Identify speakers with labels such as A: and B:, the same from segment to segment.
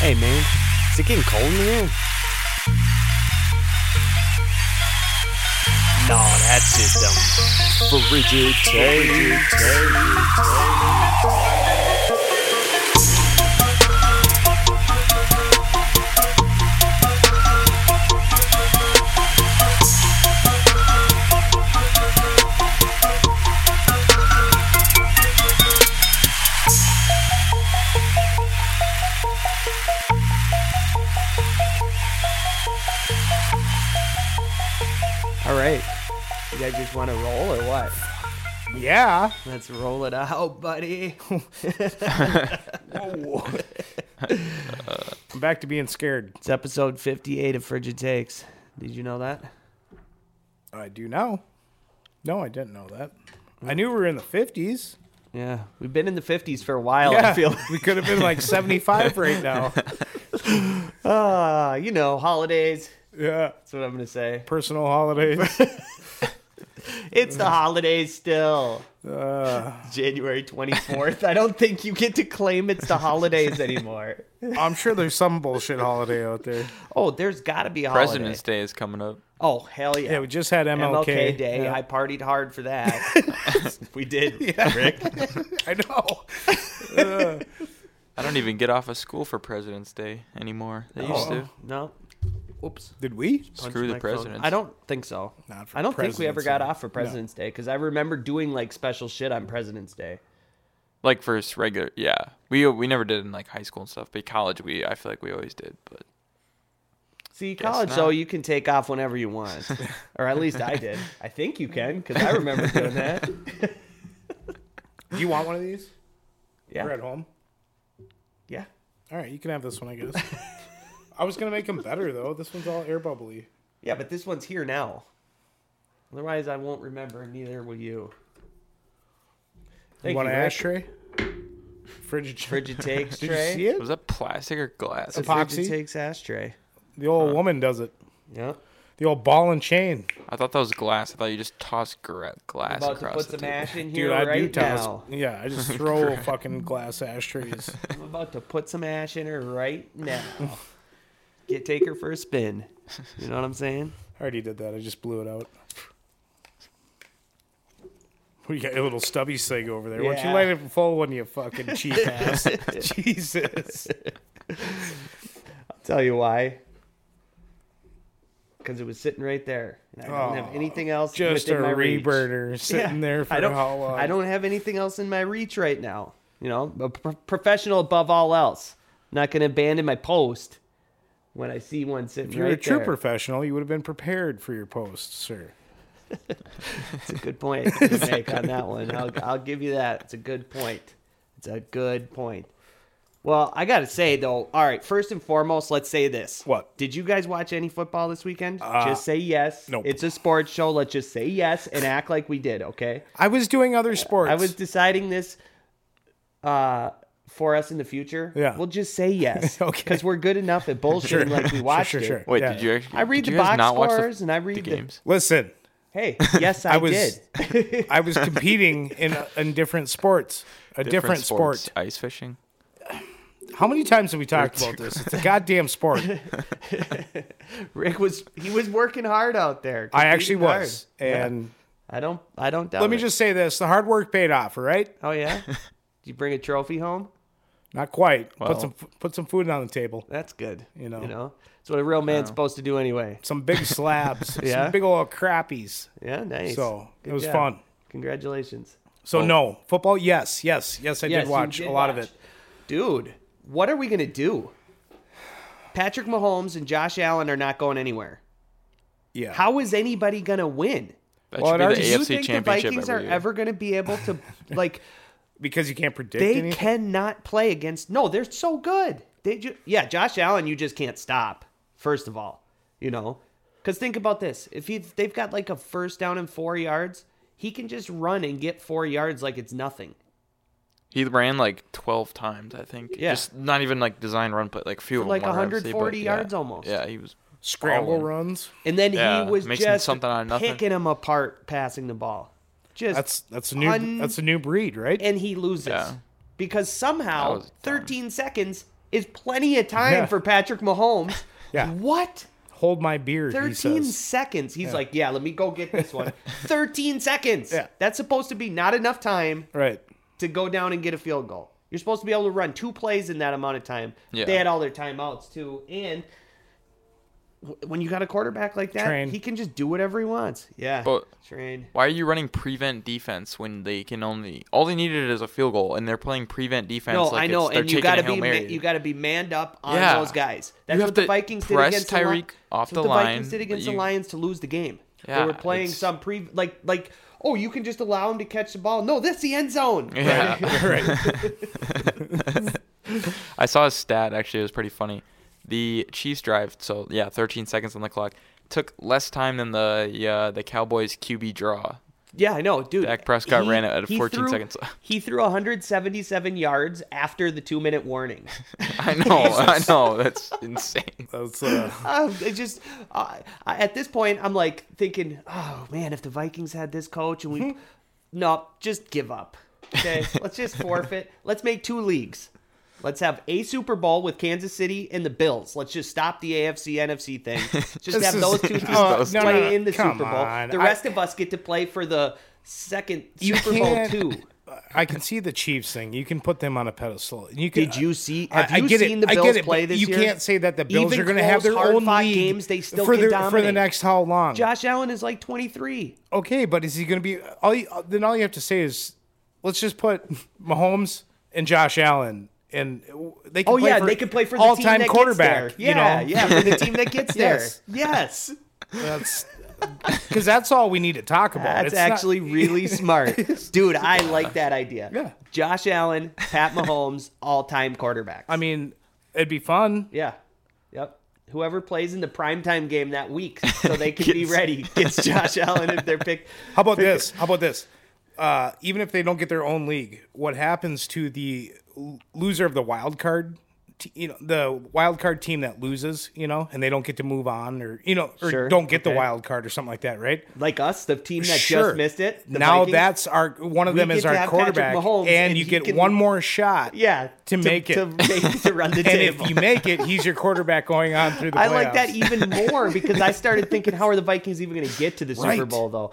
A: Hey man, is it getting cold in here? No, that's just um frigid All right, you guys just want to roll or what?
B: Yeah.
A: Let's roll it out, buddy.
B: I'm back to being scared.
A: it's episode 58 of Frigid Takes. Did you know that?
B: I do now. No, I didn't know that. I knew we were in the 50s.
A: Yeah, we've been in the 50s for a while. I
B: yeah,
A: feel.
B: we could have been like 75 right now.
A: Ah, you know, holidays.
B: Yeah.
A: That's what I'm gonna say.
B: Personal holidays.
A: It's the holidays still.
B: Uh,
A: January 24th. I don't think you get to claim it's the holidays anymore.
B: I'm sure there's some bullshit holiday out there.
A: Oh, there's got to be a
C: President's
A: holiday.
C: Day is coming up.
A: Oh, hell yeah.
B: Yeah, we just had MLK,
A: MLK, Day.
B: Yeah.
A: I partied hard for that. we did, Rick.
B: I know.
C: I don't even get off of school for President's Day anymore.
B: Oh,
C: They used to.
A: Oh, No. Oops.
B: Did we?
A: Punched
C: Screw
A: the
C: the
A: microphone.
C: presidents.
A: I don't think so.
B: Not for
A: I don't think we ever
B: President's
A: got
B: Day.
A: off for President's Day because I remember doing like special shit on President's Day.
C: like for s- regular. Yeah, we we never did in like high school and stuff, but college we I feel like we always did. But
A: See, college
C: not.
A: though, you can take off whenever you want, or at least I did. I think you can because I remember doing that.
B: Do you want one of these? We're
A: Yeah,
B: at home.
A: yeah.
B: All right, you can have this one, I guess. I was going to make them better, though. This one's all air bubbly.
A: Yeah, but this one's here now. Otherwise, I won't remember, and neither will you.
B: you want an
A: Rick.
B: ashtray? Frigid.
A: Frigid takes
B: Did
A: tray.
B: you see it?
C: was that plastic or glass?
B: a po- Epoxy?
A: Frigid takes ashtray.
B: The old
A: Uh,
B: woman does it.
A: Yeah.
B: The old ball and chain.
C: I thought that was glass. I thought you just tossed gra- glass
A: About to
C: across
A: put
C: the
A: some
C: table.
A: ash in
B: Dude,
A: here
B: I do
A: right
B: toss.
A: now.
B: Yeah, I just throw fucking glass ashtrays.
A: I'm about to put some ash in her right now. Get take her for a spin. You know what I'm saying?
B: I already did that. I just blew it out. We got a little stubby sig over there. Why don't
A: Yeah.
B: you light it full one, you fucking cheap ass? Jesus.
A: I'll tell you why. Because it was sitting right there. And I don't
B: Oh,
A: have anything else.
B: Just a
A: within my reach.
B: reburner sitting
A: Yeah.
B: there for
A: I don't,
B: how long?
A: I don't have anything else in my reach right now. You know, a pro- professional above all else. not going to abandon my post when I see one sitting
B: If you're
A: right
B: a true
A: there.
B: professional, you would have been prepared for your post, sir.
A: It's a good point to make on that one. I'll, I'll give you that. It's a good point. It's a good point. Well, I got to say, though, all right, first and foremost, let's say this.
B: What? Uh,
A: Did you guys watch any football this weekend? just say yes.
B: nope.
A: It's a sports show. Let's just say yes and act like we did, okay?
B: I was doing other sports.
A: I was deciding this uh, for us in the future.
B: Yeah.
A: We'll just say yes.
B: Okay.
A: Because we're good enough at bullshitting like we watched
B: sure, sure.
A: it.
C: Wait,
B: Yeah.
C: did you actually?
A: I read
C: did
A: the
C: you guys
A: box
C: not watch the-
A: scores and I read
C: the
A: the-
C: games.
B: Listen,
A: Hey, yes, I,
B: I was-
A: did.
B: I was competing in uh, in different sports, a different, sport.
C: sports, ice fishing.
B: How many times have we talked about this? It's a goddamn sport.
A: Rick was he was working hard out there.
B: I actually
A: competing hard.
B: was. And
A: I don't. I don't doubt.
B: let me
A: it.
B: just say this the hard work paid off, all right?
A: Oh yeah. Did you bring a trophy home?
B: Not quite.
C: Well.
B: put some put some food on the table.
A: That's good. You
B: know.
A: You know. That's what a real man's supposed to do anyway.
B: Some big slabs.
A: Yeah.
B: Some big old crappies.
A: Yeah. Nice.
B: So
A: Good
B: it was
A: job.
B: fun.
A: Congratulations.
B: So no. Football, yes, yes, yes, I
A: Yes,
B: did
A: you
B: watch a lot of
A: watch.
B: it.
A: Dude, what are we gonna do? Patrick Mahomes and Josh Allen are not going anywhere.
B: Yeah.
A: How is anybody gonna win?
C: That
B: Well,
C: should
B: it
C: be
B: already-
C: the
A: Do
B: Do
C: AFC
A: you think the
C: Championship
A: Vikings
C: every
A: are
C: year.
A: ever gonna be able to like?
B: Because you can't predict
A: they
B: anything.
A: cannot play against no they're so good they ju- yeah josh allen you just can't stop first of all you know because think about this if he, they've got like a first down and four yards he can just run and get four yards like it's nothing
C: He ran like twelve times, I think.
A: Yeah.
C: Just not even like design run, but like few of them
A: like
C: were, obviously,
A: 140
C: but yeah.
A: yards almost.
C: Yeah, he was
B: Scramble
C: balling.
B: runs.
A: and then
C: Yeah,
A: he was
C: makes him
A: just
C: something out of nothing.
A: picking them apart passing the ball just
B: That's that's a new
A: Un-
B: that's a new breed, right?
A: and he loses
C: Yeah.
A: because
C: That
A: somehow
C: was dumb.
A: 13 seconds is plenty of time
B: Yeah.
A: for Patrick Mahomes.
B: Yeah.
A: What?
B: Hold my beer. He
A: 13
B: says.
A: seconds. He's like, yeah, let me go get this one. 13 seconds.
B: Yeah.
A: That's supposed to be not enough time
B: Right.
A: to go down and get a field goal. You're supposed to be able to run two plays in that amount of time.
C: Yeah.
A: They had all their timeouts too. And w- when you got a quarterback like that,
B: Train.
A: he can just do whatever he wants. Yeah.
C: But-
A: Train.
C: Why are you running prevent defense when they can only all they needed is a field goal and they're playing prevent defense?
A: No,
C: like
A: I
C: it's-
A: know,
C: they're
A: and you
C: taking a
A: gotta
C: Hail
A: be ma-
C: Mary.
A: you gotta be manned up on
C: Yeah.
A: those guys. That's
C: have
A: what the
C: to
A: Vikings did
C: press
A: against the Li-
C: Tyreek off
A: that's what
C: the
A: the Vikings
C: line,
A: did against
C: but
A: the
C: you-
A: Lions to lose the game. they
C: Yeah,
A: were playing
C: it's-
A: some pre like like oh you can just allow him to catch the ball. No, that's the end zone.
C: Yeah.
B: Right.
C: I saw a stat actually. It was pretty funny. The Chiefs drive, so yeah, 13 seconds on the clock, took less time than the yeah, the Cowboys QB draw.
A: Yeah, I know, dude.
C: Dak Prescott ran it at
A: he
C: 14
A: threw-
C: seconds.
A: He threw 177 yards after the two minute warning.
C: I know, I know, that's insane.
B: That's uh,
A: Uh, it just uh, I- at this point, I'm like thinking, oh man, if the Vikings had this coach
B: Hmm.
A: and we, no, just give up. Okay, let's just forfeit. Let's make two leagues. Let's have a Super Bowl with Kansas City and the Bills. Let's just stop the AFC NFC thing. Just have
B: is-
A: those two
B: Oh,
A: teams
B: no,
A: play
B: no, no.
A: in the
B: Come
A: Super Bowl.
B: on.
A: The
B: I-
A: rest of us get to play for the second
B: you
A: Super Bowl
B: can't-
A: two.
B: I can see the Chiefs thing. You can put them on a pedestal. You can,
A: Did you see?
B: I-
A: Have
B: I
A: you
B: get it.
A: seen the
B: I get
A: Bills
B: it, but
A: play this
B: you
A: year?
B: can't say that the Bills
A: Even
B: are going to have
A: close,
B: their own
A: hard-fought
B: league
A: games. They still
B: for
A: can
B: the for the
A: dominate.
B: next how long?
A: Josh Allen is like 23.
B: Okay, but is he going to be all? You, then all you have to say is, let's just put Mahomes and Josh Allen, and they can
A: Oh
B: play
A: yeah,
B: for
A: they could play for the team
B: all-time
A: that
B: quarterback.
A: Gets there. Yeah,
B: you know?
A: yeah, for the team that gets there.
B: Yes.
A: Yes,
B: that's because that's all we need to talk about.
A: that's
B: It's not-
A: actually really smart, dude. I like that idea.
B: Yeah.
A: Josh Allen, Pat Mahomes, all-time quarterbacks.
B: I mean, it'd be fun.
A: yeah, yep. Whoever plays in the primetime game that week, so they can be ready, gets Josh Allen if they're picked.
B: How about this? How about this? Uh, even if they don't get their own league, what happens to the l- loser of the wild card? T- you know, the wild card team that loses, you know, and they don't get to move on, or you know, or
A: Sure,
B: don't get the
A: okay.
B: wild card or something like that, right?
A: Like us, the team that
B: Sure.
A: just missed it. the
B: now
A: Vikings.
B: that's our one of
A: We
B: them
A: get
B: is
A: to
B: our
A: have Patrick
B: quarterback,
A: Mahomes,
B: and,
A: and
B: you
A: he
B: get
A: can-
B: one more shot.
A: yeah
B: to make it.
A: to make to run the
B: and
A: table.
B: if you make it, he's your quarterback going on through the.
A: I like that
B: playoffs.
A: even more because I started thinking, how are the Vikings even going to get to the Super
B: Right.
A: Bowl though?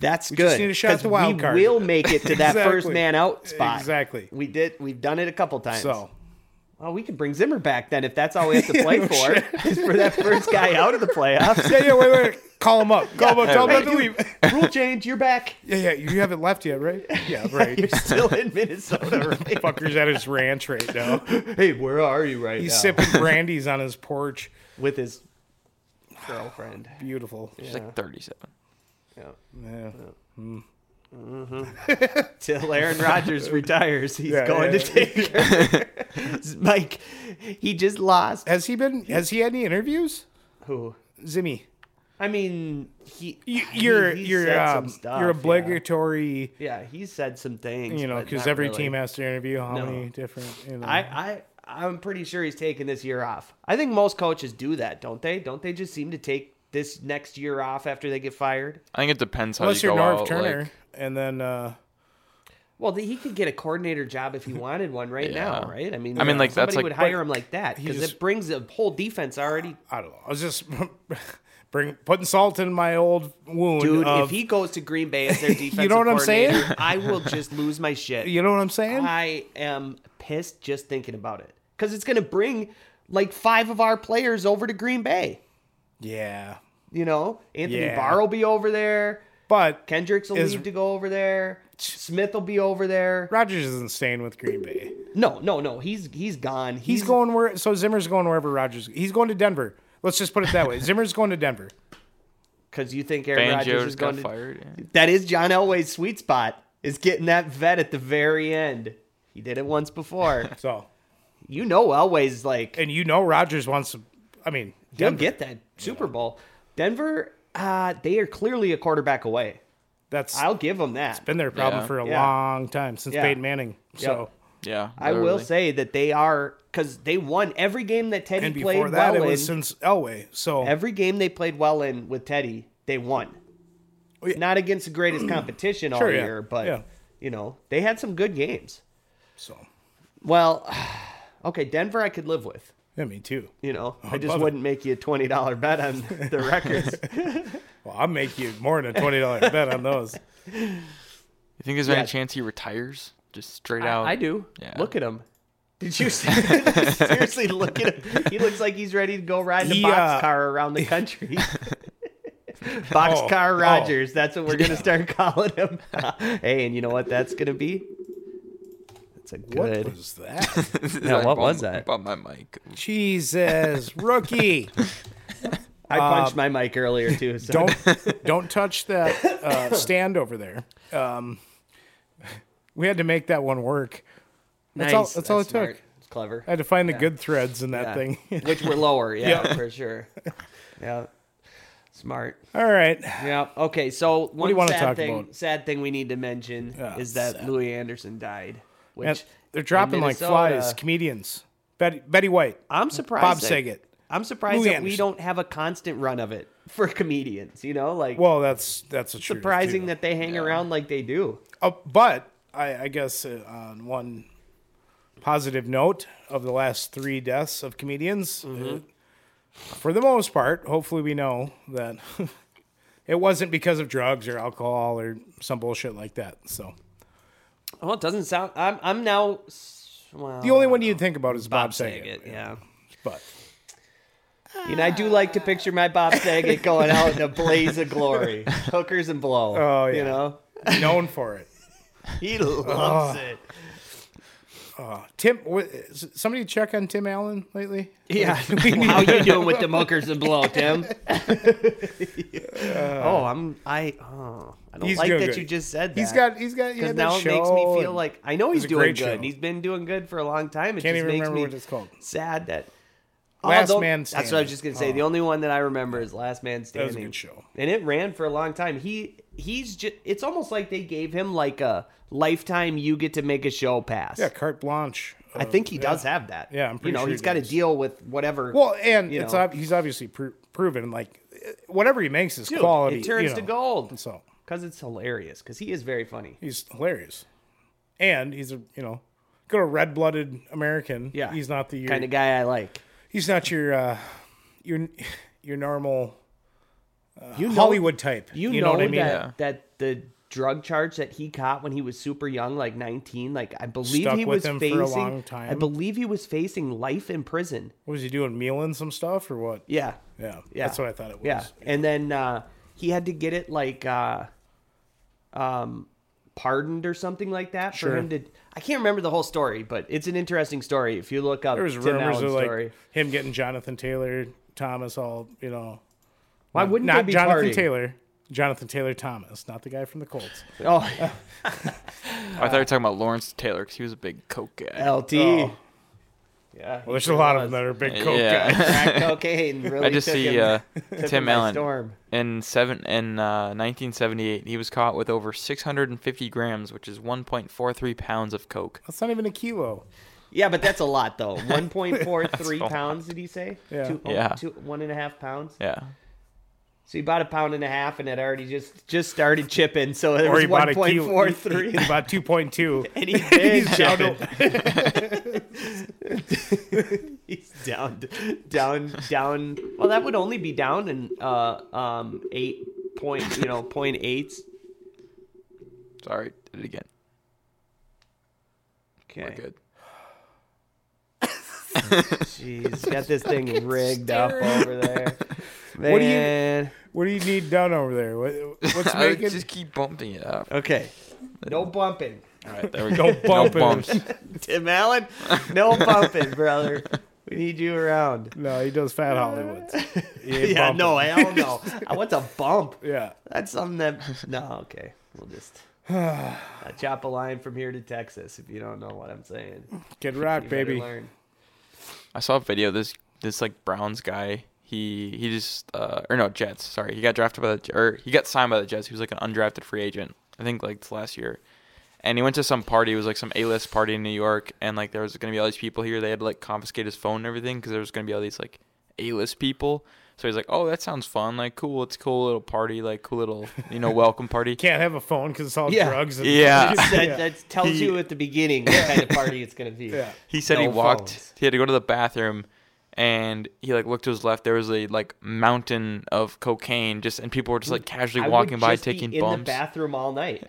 A: That's good.
B: just need to shout
A: 'cause
B: the wild
A: we
B: card.
A: will make it to that first
B: Exactly.
A: man out spot.
B: Exactly.
A: We did. We've done it a couple times.
B: So
A: well, we could bring Zimmer back then if that's all we have to play for is for that first guy out of the playoffs.
B: yeah, yeah, wait, wait, call him up, call him up, tell him not to leave.
A: Rule change. You're back.
B: Yeah, yeah, you haven't left yet, right? Yeah, right.
A: You're still in Minnesota, right?
B: fucker's at his ranch right now.
A: hey, where are you right
B: He's
A: now?
B: sipping brandies on his porch.
A: with his girlfriend.
B: Beautiful.
C: It's like 37.
A: Yeah.
B: Yeah.
A: till Aaron Rodgers retires. He's
B: Yeah,
A: going
B: yeah,
A: to take her. Mike, he just lost.
B: Has he been? Has he had any interviews?
A: Who?
B: Zimmy,
A: I mean, he.
B: you,
A: he-
B: you're
A: he
B: you're
A: said
B: um,
A: some stuff,
B: you're
A: yeah.
B: obligatory.
A: Yeah. he said some things.
B: You know,
A: but
B: because
A: not
B: every
A: really.
B: team has to interview how
A: No.
B: many different. You know.
A: I, I, I'm pretty sure he's taking this year off. I think most coaches do that, don't they? Don't they just seem to take this next year off after they get fired?
C: I think it depends how
B: Unless
C: you
B: you're
C: go
B: Norv
C: out.
B: Turner,
C: Like,
B: and then uh,
A: Well, he could get a coordinator job if he wanted one right now,
C: Yeah.
A: right? I mean,
C: I mean, like, that's
A: somebody
C: like-
A: would hire him like that because
B: just-
A: it brings the whole defense already
B: I don't know. I was just bring putting salt in my old wound.
A: Dude,
B: of-
A: if he goes to Green Bay as their defensive
B: know what I'm saying?
A: coordinator, I will just lose my shit.
B: you know what I'm saying?
A: I am pissed just thinking about it because it's going to bring like five of our players over to Green Bay.
B: yeah,
A: You know, Anthony
B: Yeah.
A: Barr will be over there.
B: but
A: Kendricks will
B: Is-
A: leave to go over there. Smith will be over there.
B: Rogers isn't staying with Green Bay.
A: No, no, no. He's he's gone.
B: He's, going where so Zimmer's going wherever Rogers. He's going to Denver. Let's just put it that way. Zimmer's going to Denver.
A: because you think Aaron
C: Banjo
A: Rodgers is
C: just got
A: going to
C: fired. yeah.
A: That is John Elway's sweet spot. Is getting that vet at the very end. He did it once before.
B: So
A: you know Elway's like
B: and you know Rogers wants to I mean
A: They'll
B: Denver.
A: get that Super Bowl. Denver, uh, they are clearly a quarterback away.
B: That's
A: I'll give them that.
B: been their problem
C: Yeah.
B: for a
A: Yeah.
B: long time since
A: Yeah.
B: Peyton Manning. So
C: Yeah.
A: I will
C: literally.
A: say that they are because they won every game that Teddy
B: and
A: played
B: before that
A: well
B: it
A: in.
B: was since Elway. So
A: every game they played well in with Teddy, they won.
B: Oh, yeah.
A: Not against the greatest competition all
B: Sure, yeah.
A: year, but
B: Yeah.
A: you know they had some good games.
B: so
A: Well, Okay, Denver I could live with.
B: Yeah, me too.
A: You know, I just
B: Oh, love it.
A: wouldn't make you a twenty dollar bet on the records.
B: Well, I'll make you more than a twenty dollar bet on those.
C: You think there's
A: Yeah.
C: any chance he retires? Just straight out.
A: I, I do.
C: Yeah.
A: Look at him. Did you see- seriously look at him? He looks like he's ready to go ride in a
B: He,
A: box
B: uh,
A: car around the country. Boxcar
B: Oh, oh.
A: Rogers. That's what we're gonna start calling him. hey, and you know what? That's gonna be. That's a good.
B: What was that?
A: Yeah,
C: I
A: what
C: bumped-
A: was that?
C: Bumped my mic.
B: Jesus, rookie.
A: I punched my mic earlier too. So
B: don't don't touch that uh, stand over there. Um, we had to make that one work. That's all. That's, all it
A: smart.
B: took.
A: It's clever.
B: I had to find the good threads in that
A: Yeah.
B: thing.
A: Which were lower, yeah,
B: Yeah.
A: for sure. Yeah. Smart.
B: all right.
A: Yeah. Okay. So one
B: you wanna
A: sad
B: talk
A: thing,
B: about?
A: sad thing we need to mention
B: Yeah,
A: is that
B: sad.
A: Louis Anderson died. Which
B: Man, they're dropping
A: in
B: like
A: Minnesota-
B: flies. Comedians. Betty, Betty White.
A: I'm surprised.
B: Bob
A: that-
B: Saget.
A: I'm surprised
B: Louis
A: that we
B: Anderson.
A: don't have a constant run of it for comedians. You know, like
B: Well, that's that's a truth,
A: surprising
B: too.
A: that they hang around like they do.
B: Uh, but I, I guess uh, on one positive note of the last three deaths of comedians, uh,
A: Mm-hmm.
B: for the most part, hopefully we know that it wasn't because of drugs or alcohol or some bullshit like that. So
A: Well, it doesn't sound. I'm. I'm now. s- Well,
B: the only one you'd think about is Bob,
A: Bob
B: Saget.
A: Saget. Yeah.
B: But
A: You know, I do like to picture my Bob Saget going out in a blaze of glory, hookers and blow.
B: Oh, yeah. Oh.
A: You know,
B: known for it.
A: he loves it.
B: Tim, wha- is- somebody check on Tim Allen lately?
A: Yeah. How you doing with the hookers and blow, Tim? oh, I'm. I. Oh, I don't
B: He's
A: like that
B: doing good.
A: you just said that.
B: He's got, he's got, yeah,
A: Because now it makes me feel like I know he's
B: a
A: doing
B: great
A: good.
B: show.
A: He's been doing good for a long time. It just
B: Can't even
A: makes
B: remember
A: me
B: what it's called.
A: sad that
B: Last
A: Although-
B: Man
A: That's what I was
B: Standing. Oh.
A: just gonna say. The only one that I remember is Last Man Standing.
B: was a good show.
A: and it ran for a long time. He he's just. It's almost like they gave him like a lifetime. You get to make a show pass.
B: yeah, carte blanche.
A: I
B: of-
A: think he
B: yeah.
A: does have that.
B: Yeah, I'm
A: you
B: pretty
A: know
B: sure
A: he's
B: he
A: got to
B: does.
A: deal with whatever.
B: Well, and
A: you
B: it's
A: know.
B: ob- he's obviously pro proven like uh, whatever he makes is
A: Dude,
B: quality.
A: It turns
B: you know.
A: to gold
B: So
A: because it's hilarious. Because he is very funny.
B: he's hilarious, and he's a you know good a red blooded American.
A: Yeah.
B: he's not the your,
A: Kind of guy I like.
B: he's not your uh, your your normal uh,
A: You know-
B: Hollywood type.
A: You,
B: you
A: know,
B: what I mean?
A: that,
C: Yeah.
A: that the drug charge that he caught when he was super young, like 19, like I believe
B: Stuck
A: he
B: with
A: was
B: him for a
A: facing,
B: long time.
A: I believe he was facing life in prison.
B: What was he doing? Mealing some stuff or what?
A: Yeah.
B: Yeah,
A: Yeah.
B: that's what I thought it was.
A: Yeah. And then uh, he had to get it like uh, um, pardoned or something like that for
B: Sure.
A: him to, I can't remember the whole story, but it's an interesting story. If you look up
B: There was
A: Tim
B: rumors
A: Allen's
B: of like
A: story,
B: him getting Jonathan Taylor Thomas all you know.
A: why wouldn't they
B: not
A: be
B: Jonathan
A: partying?
B: Taylor? Jonathan Taylor Thomas, not the guy from the Colts.
A: Oh,
C: I
A: Uh,
C: thought you were talking about Lawrence Taylor because he was a big coke guy.
A: LT.
B: Oh.
A: Yeah.
B: Well, there's a lot of them that are big coke guys.
C: yeah.
A: Crack cocaine really
C: I just
A: took
C: see
A: him-
C: uh,
A: took him
C: Tim
A: by
C: Allen
A: Storm.
C: in seven in uh, 1978. He was caught with over 650 grams, which is 1.43 pounds of coke.
B: That's not even a kilo.
A: Yeah, but that's a lot though. One point four three
C: a lot.
A: pounds. Did he say?
B: Yeah.
A: Two, oh,
C: Yeah.
A: two- one and a half pounds.
C: Yeah,
A: So he bought a pound and a half, and it already just just started chipping. So it
B: Or
A: was
B: he bought
A: one
B: a
A: point
B: kilo.
A: four
B: He
A: three.
B: bought 2.2.
A: And he did
B: He's down
A: chip
B: to-
A: it. He's down, down, down. Well, that would only be down in uh um eight point you know point eights.
C: sorry, did it again.
A: Okay,
C: We're good.
A: Jeez, got this thing rigged up over there. Man.
B: What do you- what do you need done over there? What, what's
C: I would
B: making?
C: just keep bumping it up.
A: Okay. No bumping.
C: All right, there we go.
B: Don't bump it.
C: no bumps.
A: Tim Allen, no bumping, brother. We need you around.
B: No, he does fat Hollywoods. He ain't
A: Yeah,
B: bumping.
A: no, hell no. I want to bump.
B: Yeah.
A: That's something that. No, okay. We'll just I chop a line from here to Texas if you don't know what I'm saying. You
B: Kid Rock,
A: better
B: baby.
A: learn.
C: I saw a video. of This this like Browns guy. He he just uh, or no Jets. Sorry, he got drafted by the or he got signed by the Jets. He was like an undrafted free agent. I think like this last year, and he went to some party. It was like some A list party in New York, and like there was gonna be all these people here. They had to like confiscate his phone and everything because there was gonna be all these like A-list people. So he's like, "Oh, that sounds fun. Like, cool. It's a cool little party. Like, cool little, you know, welcome party."
B: Can't have a phone because it's all
A: Yeah.
B: drugs. And
C: Yeah.
A: that, that tells you at the beginning what kind of party it's going to be.
B: Yeah.
C: He said he
A: No
C: walked.
A: phones.
C: He had to go to the bathroom, and he like looked to his left. There was a like mountain of cocaine, just and people were just like casually
A: I would
C: walking by,
A: just be
C: taking
A: in
C: bumps.
A: the bathroom all night.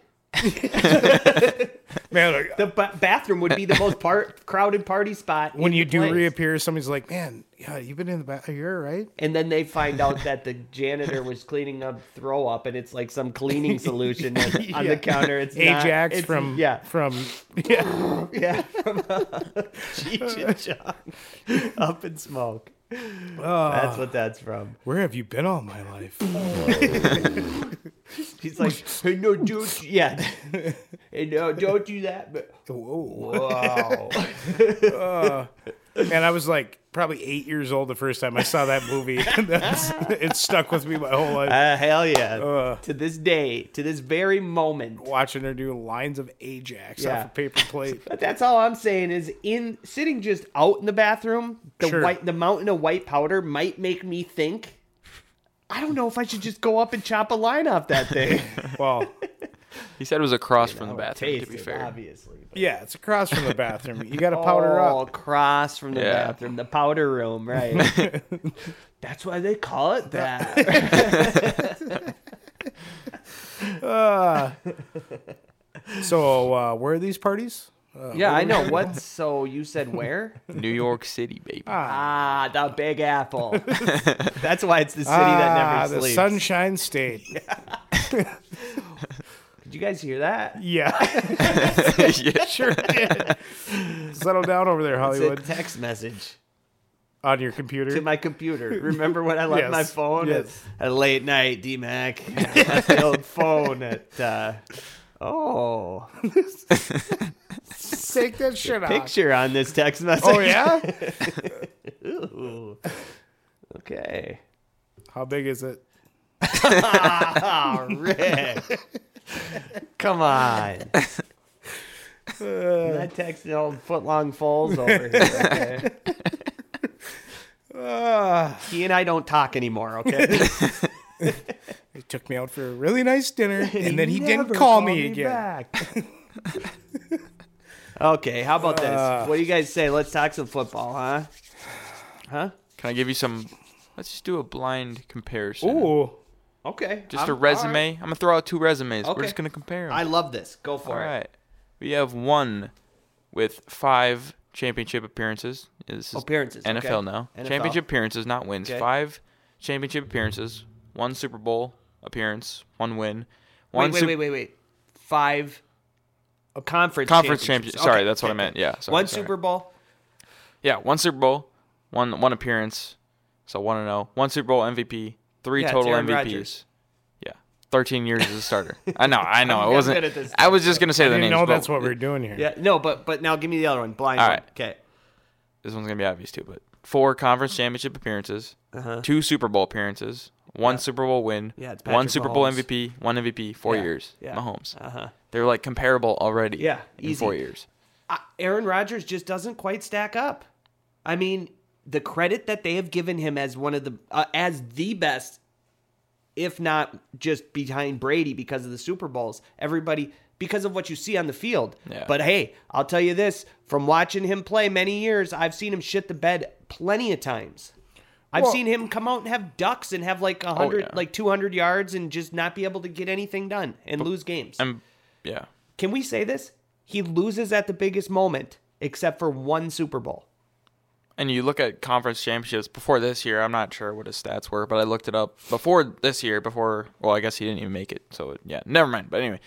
B: Man, like,
A: The ba- bathroom would be the most part- crowded party spot.
B: when
A: in
B: you
A: the
B: do
A: place.
B: reappear, somebody's like, "Man, yeah, you've been in the bathroom. You're all right."
A: and then they find out that the janitor was cleaning up throw up, and it's like some cleaning solution that's on
B: Yeah.
A: the counter. It's not-
B: Ajax
A: it's-
B: from
A: yeah,
B: from yeah.
A: yeah, from Cheech and Chong, up in smoke. That's what that's from.
B: Where have you been all my life?
A: He's like, hey, no, don't, you- yeah, hey, no, don't do that. But
B: Whoa.
A: wow,
B: And I was like probably eight years old the first time I saw that movie. And that's, it stuck with me my whole life.
A: uh, hell yeah! to this day, to this very moment,
B: Watching her do lines of Ajax
A: Yeah.
B: off a paper plate.
A: But that's all I'm saying is in sitting just out in the bathroom, the
B: Sure.
A: white the mountain of white powder might make me think I don't know if I should just go up and chop a line off that thing.
B: Well,
C: he said it was across from the bathroom. To
A: Taste
C: be
A: it,
C: fair,
A: obviously. but-
B: yeah, it's across from the bathroom. You got to powder
A: oh,
B: up.
A: across from the
C: Yeah.
A: bathroom, the powder room, right? that's why they call it that. Oh.
B: Ah. So, uh, where are these parties?
A: yeah, I know. What? So you said where?
C: New York City, baby.
A: Ah, the Big Apple. that's why it's the city
B: Ah,
A: that never
B: the
A: sleeps.
B: Sunshine State.
A: Did you guys hear that?
B: Yeah,
C: Yeah.
B: sure did. Settle down over there,
A: It's a
B: Hollywood,
A: text message.
B: on your computer.
A: to my computer. Remember when I left
B: Yes,
A: my phone
B: yes.
A: at, at late night, D Mac? the old phone at uh, oh
B: Take that shit off.
A: picture on this text message.
B: Ah. Oh yeah.
A: Ooh. Okay.
B: How big is it? Ah,
A: Oh, Rick. Come on. I'm not texting old footlong foals over here. Okay?
B: Ah,
A: He and I don't talk anymore. Okay.
B: he took me out for a really nice dinner, and, then he didn't call me, again.
A: back. okay, how about this?
B: Uh.
A: what do you guys say? Let's talk some football, huh? Huh?
C: Can I give you some? Let's just do a blind comparison.
B: Ooh,
A: Okay.
C: Just
A: I'm-
C: a
A: all right.
C: resume. I'm gonna throw out two resumes.
A: Okay.
C: We're just gonna compare 'em.
A: I love this. Go for
C: All
A: it.
C: right. We have one with five championship appearances. This is
A: Appearances,
C: NFL
A: okay.
C: now.
A: NFL.
C: Championship appearances, not wins.
A: Okay.
C: Five championship appearances, one Super Bowl appearance, one win. One
A: Wait, wait,
C: Sup-
A: wait, wait, wait. Five a conference
C: Conference
A: championships.
C: championship. Sorry,
A: Okay,
C: that's what I
A: okay.
C: meant. Yeah. Sorry,
A: One
C: sorry.
A: Super Bowl.
C: Yeah, one Super Bowl, one one appearance. So one and zero. One Super Bowl MVP, three
A: Yeah, it's
C: total
A: Aaron
C: MVPs.
A: Rodgers.
C: Yeah. 13 years as a starter. I know, I know. I
A: I'm
C: wasn't.
A: good at this.
C: I was just gonna say the
B: I
C: names.
B: didn't know
C: but
B: that's what we're doing here.
A: Yeah, no, but but now give me the other one. Blind.
C: All
A: one.
C: right.
A: Okay.
C: this one's gonna be obvious too, but four conference championship appearances, two Super Bowl appearances, one Super Bowl win,
A: Uh-huh. Yeah, it's
C: one
A: Patrick
C: Super Bowl
A: Mahomes.
C: MVP, one MVP, four
A: Yeah,
C: years.
A: yeah.
C: Mahomes.
A: Uh huh.
C: They're like comparable already.
A: Yeah,
C: in
A: easy.
C: four years.
A: uh, Aaron Rodgers just doesn't quite stack up. I mean, the credit that they have given him as one of the uh, as the best, if not just behind Brady because of the Super Bowls, everybody because of what you see on the field.
C: Yeah.
A: But hey, I'll tell you this: from watching him play many years, I've seen him shit the bed plenty of times. I've
B: Well-
A: seen him come out and have ducks and have like a hundred,
C: Oh, yeah.
A: like two hundred yards, and just not be able to get anything done and lose games.
C: And yeah,
A: Can we say this? He loses at the biggest moment, except for one Super Bowl.
C: and you look at conference championships before this year. I'm not sure what his stats were, but I looked it up before this year. Before, well, I guess he didn't even make it. So yeah, never mind. But anyway,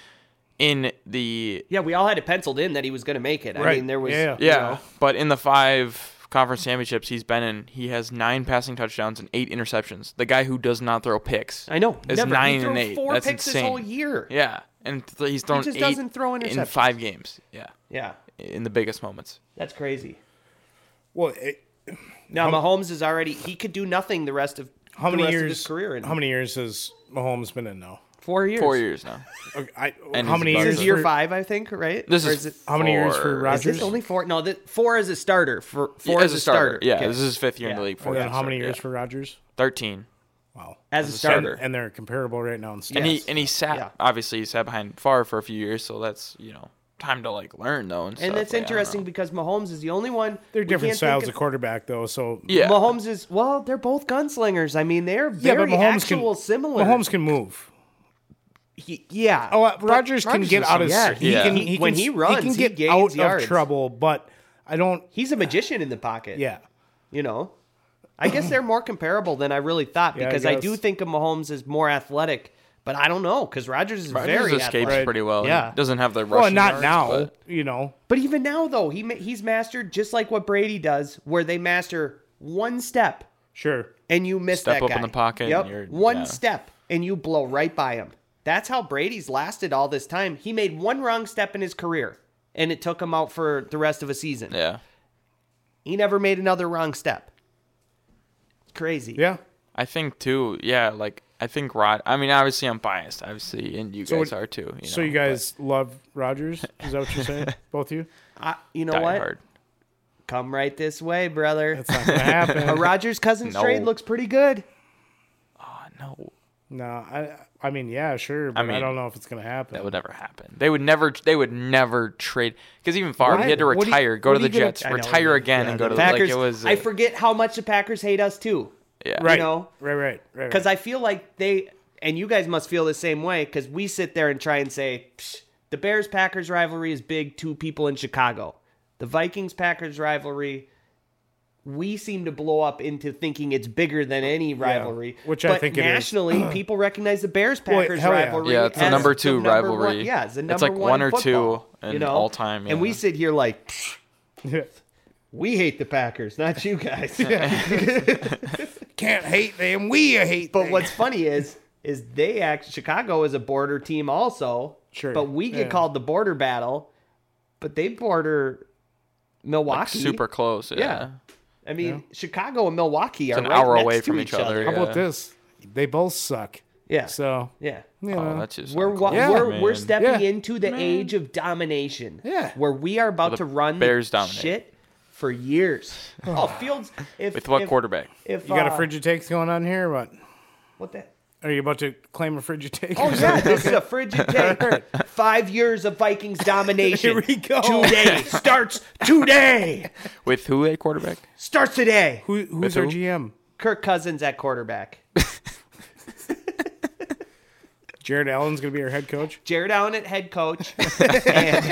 C: in the
A: Yeah, we all had it penciled in that he was going to make it. I
B: Right.
A: mean, there was
B: Yeah.
C: Yeah, but in the five conference championships he's been in, he has nine passing touchdowns and eight interceptions. The guy who does not throw picks.
A: I know.
C: Is
A: Never. He
C: nine
A: threw
C: and eight.
A: Four
C: That's
A: picks
C: insane.
A: this whole year. Yeah.
C: Yeah, and th- he's thrown
A: just
C: eight
A: doesn't throw
C: in
A: interceptions.
C: five games. Yeah, in the biggest moments.
A: that's crazy.
B: Well, eh, it,
A: Now Mahomes is already he could do nothing the rest of
B: how
A: the
B: many
A: rest
B: years?
A: of his career. In
B: how many years has Mahomes been in now?
A: Four years.
C: Four years now.
B: Okay, I,
C: And
B: how
C: he's
B: many
C: about
A: This
B: years?
A: is year
B: for-
A: five, I think, right?
C: This
A: Or
C: is,
A: it-
B: how many years for
C: four-
A: Is
B: Rodgers?
A: this only four? No, th four is a starter. For four
C: as
A: is
C: a starter. Yeah,
A: Okay.
C: this is his fifth year in the
A: Yeah.
C: league.
B: And
C: Fourth
B: then
C: year
B: how many
C: starter,
B: years
C: yeah.
B: for Rogers?
C: Thirteen.
B: Wow.
A: as a
C: starter.
A: starter.
B: And they're comparable right now in stats.
C: And he and he sat
A: Yeah.
C: obviously he sat behind Favre for a few years, so that's you know time to like learn though. And,
A: And it's
C: stuff. Like, I don't
A: interesting
C: know.
A: because Mahomes is the only one.
B: They're
A: we can't
B: different
A: think
B: styles of,
A: of-
B: quarterback, though. So
C: Yeah,
A: Mahomes is well. They're both gunslingers. I mean, they're very actual
B: can
A: similar.
B: Mahomes can move.
A: He- yeah.
B: Oh, uh,
A: But
B: Rodgers can
A: Rodgers
B: get
A: is-
B: out of
A: yeah,
B: he
C: Yeah.
B: can,
A: he-
B: he
A: when
B: can-
A: he runs,
B: he can
A: he
B: get
A: gains
B: out
A: yards.
B: of trouble. But I don't.
A: He's a magician in the pocket.
B: Yeah,
A: You know, I guess they're more comparable than I really thought
B: Yeah, I
A: because I,
B: guess.
A: do think of Mahomes as more athletic, but I don't know because Rodgers is
C: Rodgers
A: very
C: escapes
A: athletic.
C: pretty well.
A: Yeah.
C: Yeah, doesn't have the rushing.
B: well, not
C: yards,
B: now.
C: but-
B: You know,
A: But even now, though, he ma- he's mastered just like what Brady does, where they master one step
B: sure.
A: and you miss
C: Step
A: that
C: up in
A: guy.
C: the pocket and
A: Yep.
C: you're-
A: one
C: yeah.
A: step and you blow right by him. That's how Brady's lasted all this time. He made one wrong step in his career, and it took him out for the rest of a season.
C: yeah,
A: He never made another wrong step. Crazy.
B: Yeah.
C: I think too. Yeah, like I think Rod. I mean, obviously I'm biased, obviously, and you guys
B: what-
C: are too. You
B: so
C: know,
B: you guys love Rogers? Is that what you're saying? Both of you?
A: I, you know
C: but die
A: what?
C: hard.
A: Come right this way, brother.
B: That's not gonna happen.
A: A Rogers Cousins
C: No.
A: trade looks pretty good.
C: Oh, no,
B: No, I. I mean, yeah, sure, but I,
C: mean,
B: don't know if it's gonna happen.
C: that would never happen. They would never. They would never trade because even Favre
B: Why?
C: he had to
B: What do you-
C: retire, go
B: what
C: to
B: are
C: the
B: you gonna-
C: Jets,
B: I know,
C: retire again, and go to the
A: Packers.
C: Like it was.
A: I
C: uh,
A: forget how much the Packers hate us too.
C: yeah.
B: right.
A: know,
B: right. Right. Right.
A: because
B: right.
A: I feel like they and you guys must feel the same way because we sit there and try and say "Psh, the Bears Packers rivalry is big. Two people in Chicago, the Vikings Packers rivalry. We seem to blow up into thinking it's bigger than any rivalry,
B: which I
A: but
B: think it is.
A: nationally, people recognize the Bears Packers
B: hell yeah.
A: rivalry.
C: Yeah, it's the
A: as
C: number
A: the
C: two
A: number one-
C: rivalry.
A: yeah, it's the number
C: It's like one or
A: football,
C: two
A: you
C: in
A: know?
C: all time,
A: And we
C: yeah.
A: sit here like "Psh, we hate the Packers, not you guys.
B: can't hate them. We hate.
A: But
B: them.
A: what's funny is is they act Chicago is a border team also.
B: Sure,
A: But we get
B: yeah.
A: called the border battle, but they border Milwaukee.
C: super close. Yeah,
A: Yeah. I mean, Chicago and Milwaukee are
C: an
A: right
C: hour
A: next
C: away
A: to
C: from
A: each
C: each other.
A: other.
B: How
C: Yeah.
B: about this? They both suck.
A: Yeah.
B: So
A: yeah.
B: you know,
C: Oh, that's just
A: We're wa-
C: uncool,
B: Yeah.
A: we're we're
C: man.
A: stepping
B: Yeah.
A: into the age of domination.
B: Yeah.
A: Where we are about
C: Well,
A: to
C: the
A: run
C: Bears
A: the
C: dominate.
A: shit for years. oh, Fields if
C: with what
A: if-
C: quarterback?
A: If
B: you got
A: uh,
B: a frigid takes going on here, but
A: What the
B: are you about to claim a frigid take?
A: Oh yeah, this is a frigid take. Five years of Vikings domination.
B: Here we go.
A: Today starts today.
C: With who a quarterback?
A: Starts today.
B: Who, who's
C: With
B: our
C: who?
B: GM?
A: Kirk Cousins at quarterback.
B: Jared Allen's gonna be our head coach.
A: Jared Allen at head coach. and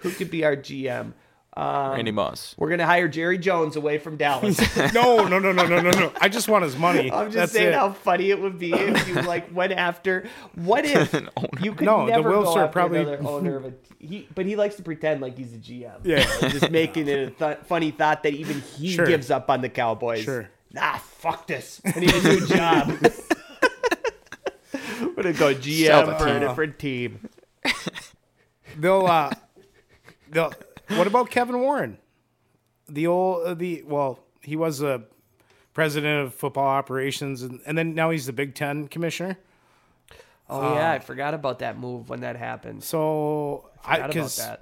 A: who could be our GM?
B: Um,
C: Randy Moss.
A: We're gonna hire Jerry Jones away from Dallas.
B: no, no, no, no, no, no, no. I just want his money.
A: I'm just
B: That's
A: saying
B: it.
A: how funny it would be if you like went after. What if you could
B: No, the
A: never go
B: Wilfs are
A: after
B: probably-
A: another owner of a? He, but he likes to pretend like he's a GM.
B: Yeah.
A: just making it a th- funny thought that even he
B: Sure.
A: gives up on the Cowboys.
B: Sure.
A: Nah, fuck this. I need a new job. I'm gonna go
C: Sell the
A: GM for a
C: team.
A: different team.
B: They'll. Uh, they'll. What about Kevin Warren? The old uh, the well, he was a president of football operations, and, and then now he's the Big Ten commissioner.
A: Oh yeah, I forgot about that move when that happened.
B: So I
A: Forgot about
B: because
A: that.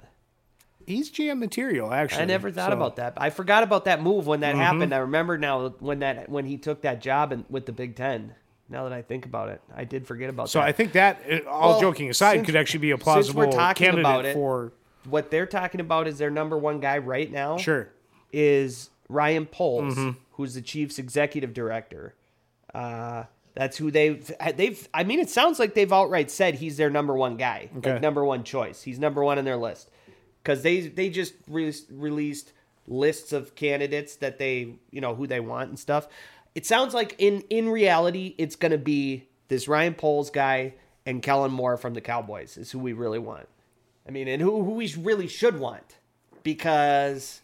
B: he's GM material. Actually,
A: I never thought
B: So-
A: about that. I forgot about that move when that happened. I remember now when that when he took that job and with the Big Ten. Now that I think about it, I did forget about
B: So
A: that.
B: I think that, uh, all
A: Well,
B: joking aside,
A: since-
B: could actually be a
A: since we're
B: plausible
A: talking
B: candidate
A: about it-
B: for
A: what they're talking about is their number one guy right now.
B: sure.
A: is Ryan Poles, who's the Chiefs' executive director. Uh, that's who they've they've. I mean, it sounds like they've outright said he's their number one guy,
B: Okay.
A: like number one choice. He's number one on their list because they they just re- released lists of candidates that they you know who they want and stuff. It sounds like in in reality, it's going to be this Ryan Poles guy and Kellen Moore from the Cowboys is who we really want. I mean, and who who we really should want because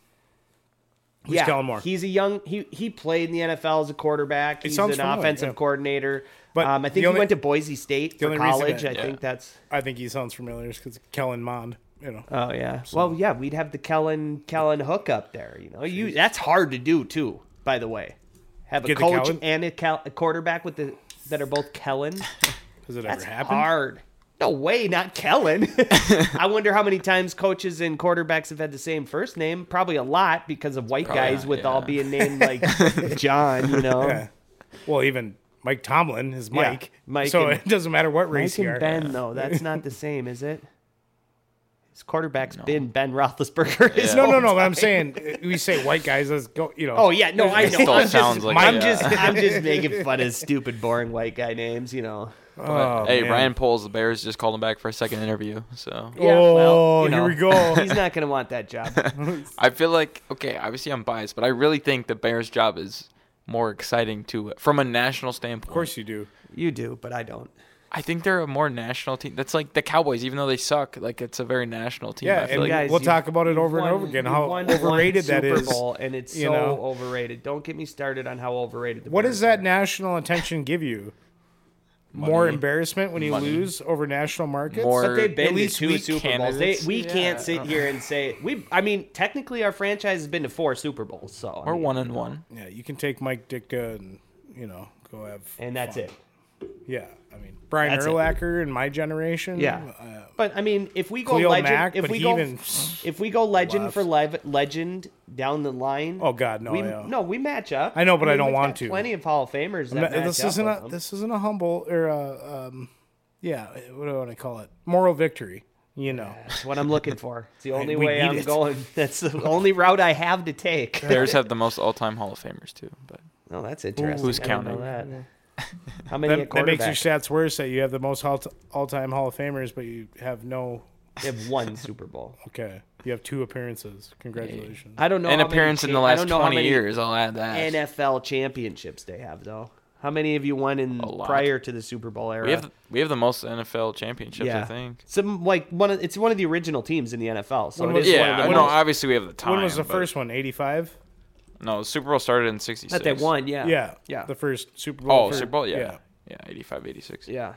B: Who's Kellen Moore?
A: He's a young. He he played in the NFL as a quarterback. He's an
B: sounds familiar,
A: offensive
B: yeah.
A: coordinator.
B: But
A: um, I
B: the
A: think
B: only-
A: he went to Boise State for
B: only reason
A: college. I
B: that-
A: think that's.
B: I think he sounds familiar because Kellen Mond, you know.
A: Oh yeah. Well, yeah, we'd have the Kellen Kellen hook up there. You know, you that's hard to do too. By the way, have a
B: Get the
A: coach
B: Kellen?
A: and a, cal- a quarterback with the that are both Kellen.
B: Has it
A: That's
B: ever happened?
A: hard. No way, not Kellen. I wonder how many times coaches and quarterbacks have had the same first name. Probably a lot because of white guys with all
C: yeah.
A: being named like John, you know.
B: Well, even Mike Tomlin is Mike.
A: Mike
B: So
A: and-
B: it doesn't matter what race
A: Mike
B: you are.
A: and Ben, though, that's not the same, is it? His quarterback's been Ben Roethlisberger. his
C: Yeah.
B: No,
A: whole
B: no, no. But I'm
A: time.
B: saying uh, we say white guys. Let's go. You know.
A: Oh yeah, no, I know.
C: still
A: I'm just,
C: sounds like
A: I'm
C: it,
A: just,
C: yeah.
A: I'm just making fun of stupid, boring white guy names, you know.
B: Oh,
C: hey,
B: man.
C: Ryan Poles, the Bears just called him back for a second interview. So
A: Yeah, well,
B: Oh,
A: you know,
B: here we go.
A: He's not gonna want that job.
C: I feel like okay, obviously I'm biased, but I really think the Bears' job is more exciting to from a national standpoint.
B: Of course you do.
A: You do, but I don't.
C: I think they're a more national team. That's like the Cowboys, even though they suck. Like it's a very national team.
B: Yeah,
C: I feel
B: and
C: like
B: guys- we'll talk about it
A: you've
B: over and over again,
A: you've
B: how
A: won
B: overrated
A: one
B: that
A: Super
B: is,
A: Bowl, and it's
B: you
A: so
B: know.
A: overrated. Don't get me started on how overrated. The
B: What
A: Bears
B: does that
A: are.
B: national attention give you? More
C: Money.
B: embarrassment when you
C: Money.
B: lose over national markets.
C: More-
A: But they've
C: At
A: been to
B: least
A: two
B: we
A: Super
C: can-
A: Bowls. They, we
C: Yeah.
A: can't sit here and say we. I mean, technically, our franchise has been to four Super Bowls. So I
C: we're
A: mean,
C: one and one.
B: Yeah, you can take Mike Ditka and you know go have.
A: and that's
B: fun.
A: it.
B: Yeah, I mean Brian
A: That's it.
B: Urlacher in my generation.
A: Yeah.
B: uh,
A: But I mean, if we go
B: Cleo
A: legend,
B: Mack,
A: if
B: but
A: we
B: he
A: go,
B: even-
A: if we go legend
B: left.
A: for live, legend down the line.
B: Oh, God, no,
A: we,
B: yeah.
A: no, we match up.
B: I know, but I
A: mean,
B: don't
A: we've
B: want
A: got
B: to.
A: Plenty of Hall of Famers. That
B: No,
A: match
B: this
A: up
B: isn't
A: with
B: a
A: them.
B: this isn't a humble or a, um, yeah. What do I want to call it? Moral victory. You know.
A: That's what I'm looking for. It's the only
B: we
A: way
B: need
A: I'm
B: it.
A: going. That's the only route I have to take.
C: Bears have the most all-time Hall of Famers too. But
A: No, that's interesting.
C: Who's
A: I didn't know that. How many
B: That,
A: at
B: that makes your
A: quarterback?
B: stats worse that you have the most all time Hall of Famers, but you have no.
A: They have one Super Bowl.
B: Okay, you have two appearances. Congratulations.
A: I don't know.
C: an
A: how many
C: appearance in
A: cha-
C: the
A: I
C: last
A: don't know how
C: twenty
A: many
C: years, I'll add that.
A: NFL championships they have though. How many of you won in
C: lot.
A: prior to the Super Bowl era?
C: we have we have the most NFL championships,
A: yeah,
C: I think.
A: some like one. Of, it's one of the original teams in the NFL. So
B: When
A: it
B: was-
A: is
B: one
C: Yeah,
B: of
C: I
B: the
C: know.
B: most.
C: Obviously, we have the time.
B: when was the
C: but-
B: first one? Eighty five.
C: No, the Super Bowl started in '66.
A: that they won. Yeah,
B: Yeah.
A: yeah,
B: The first Super Bowl.
C: Oh,
B: for-
C: Super Bowl, yeah, yeah, 85, 86.
A: yeah.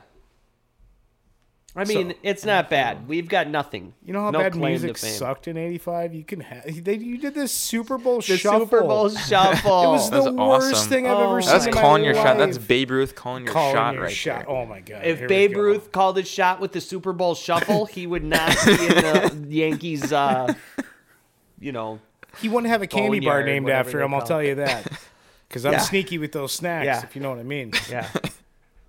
A: I mean,
B: So-
A: it's not bad. We've got nothing.
B: You know how
A: no
B: bad
A: claim to
B: music
A: fame.
B: sucked in '85. You can have. They, you did this Super Bowl
A: The
B: shuffle.
A: Super Bowl shuffle.
B: It was the
C: That's
B: worst
C: awesome.
B: thing I've ever
A: Oh.
B: seen.
C: That's
B: in my
C: calling your shot. That's
B: life.
C: Babe Ruth calling your
B: calling
C: shot
B: your
C: right
B: shot.
C: there.
B: Oh my god.
A: If
B: here we
A: Babe
B: go.
A: Ruth called his shot with the Super Bowl shuffle, he would not be in the Yankees. Uh, you know,
B: he wouldn't have a candy bar
A: Boneyard,
B: named
A: whatever
B: after
A: they
B: him. I'll
A: call
B: tell you that. Because I'm
A: Yeah.
B: sneaky with those snacks,
A: Yeah.
B: if you know what I mean.
A: yeah.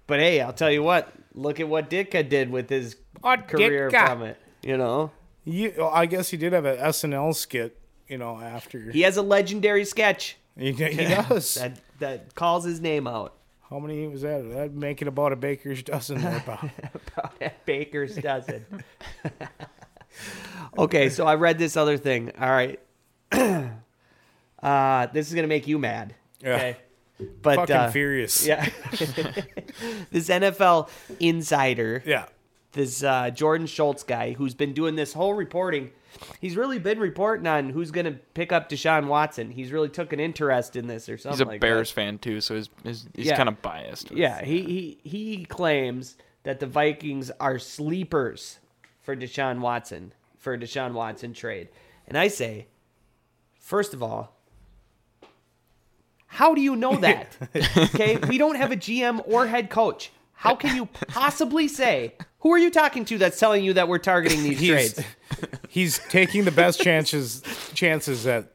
A: But hey, I'll tell you what. Look at what Ditka did with his
B: Oh,
A: career
B: Ditka.
A: from it. You know,
B: You, well, I guess he did have a SNL skit, you know. After
A: he has a legendary sketch
B: he, he does.
A: that that calls his name out.
B: How many was that? That'd make it about a baker's dozen. There about.
A: Baker's dozen. okay, so I read this other thing. All right. uh, this is going to make you mad.
B: Yeah.
A: Okay. But
B: Fucking
A: uh,
B: furious.
A: Yeah. this NFL insider,
B: Yeah.
A: this uh, Jordan Schultz guy who's been doing this whole reporting, he's really been reporting on who's going to pick up Deshaun Watson. He's really took an interest in this or something
C: He's a
A: like that.
C: Bears fan too, so he's he's, he's
A: Yeah.
C: kind of biased. with-
A: Yeah, he, he he claims that the Vikings are sleepers for Deshaun Watson for a Deshaun Watson trade. And I say, first of all, how do you know that? okay, we don't have a GM or head coach. How can you possibly say who are you talking to that's telling you that we're targeting these
B: He's,
A: trades?
B: he's taking the best chances chances that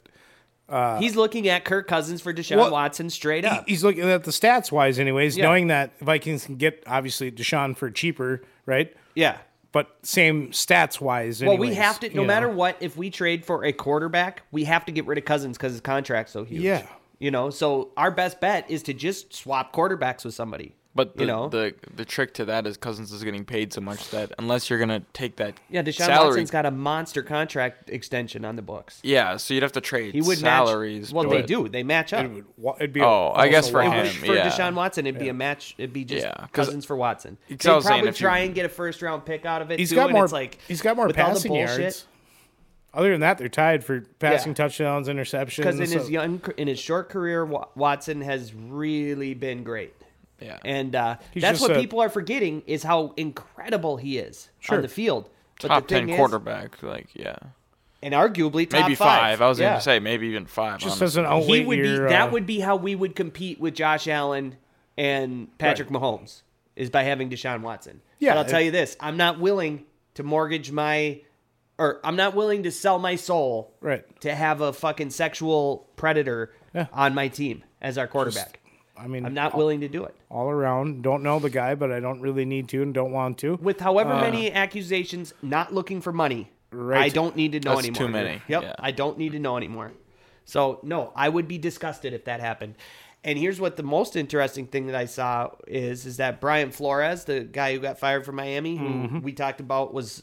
A: He's looking at Kirk Cousins for Deshaun
B: uh, Well,
A: Watson straight
B: he-
A: up.
B: he's looking at the stats wise, anyways,
A: Yeah.
B: knowing that Vikings can get obviously Deshaun for cheaper, right?
A: yeah.
B: But same stats wise.
A: Well, we have to, no matter what, if we trade for a quarterback, we have to get rid of Cousins because his contract's so huge.
B: Yeah.
A: You know, so our best bet is to just swap quarterbacks with somebody.
C: But the,
A: you know,
C: the the trick to that is Cousins is getting paid so much that unless you're gonna take that
A: yeah, Deshaun
C: salary,
A: Watson's got a monster contract extension on the books.
C: yeah, so you'd have to trade
A: He would
C: salaries.
A: match. Well,
C: but-
A: they do. They match up.
B: It would, wa- it'd be
C: Oh, I
B: almost
C: guess
B: a
C: for
B: wash.
C: him.
A: for
C: yeah.
A: Deshaun Watson, it'd be a match. It'd be just
C: Yeah, 'cause-
A: Cousins for Watson. They'd
C: I was saying,
A: probably
C: if you-
A: try and get a first round pick out of it.
B: He's
A: too,
B: got
A: and
B: more.
A: it's like
B: he's got more
A: with all the
B: passing
A: bullshit,
B: yards. Other than that, they're tied for passing touchdowns, interceptions.
A: Because in his
B: so-
A: young, in his short career, Wa- Watson has really been great.
C: Yeah,
A: And uh,
B: He's
A: that's
B: just
A: what
B: a-
A: people are forgetting is how incredible he is
B: Sure.
A: on the field. But
C: top
A: the thing
C: ten
A: is-
C: quarterback, like yeah,
A: and arguably top
C: maybe five. I was
A: yeah.
C: gonna say maybe even five.
B: just
C: honestly.
B: doesn't outweigh
A: he would
B: your,
A: be. That
B: uh,
A: would be how we would compete with Josh Allen and Patrick Mahomes is by having Deshaun Watson.
B: Yeah,
A: But I'll
B: it-
A: tell you this I'm not willing to mortgage my, or I'm not willing to sell my soul
B: Right.
A: to have a fucking sexual predator
B: Yeah.
A: on my team as our quarterback.
B: I mean,
A: I'm not
B: all,
A: willing to do it.
B: all around. Don't know the guy, but I don't really need to and don't want to.
A: With however many accusations, not looking for money,
B: Uh. Right.
A: I don't need to know
C: That's
A: anymore.
C: too many,
A: Yep,
C: yeah.
A: I don't need to know anymore. So no, I would be disgusted if that happened. And here's what the most interesting thing that I saw is is that Brian Flores, the guy who got fired from Miami, who
B: Mm-hmm.
A: we talked about was,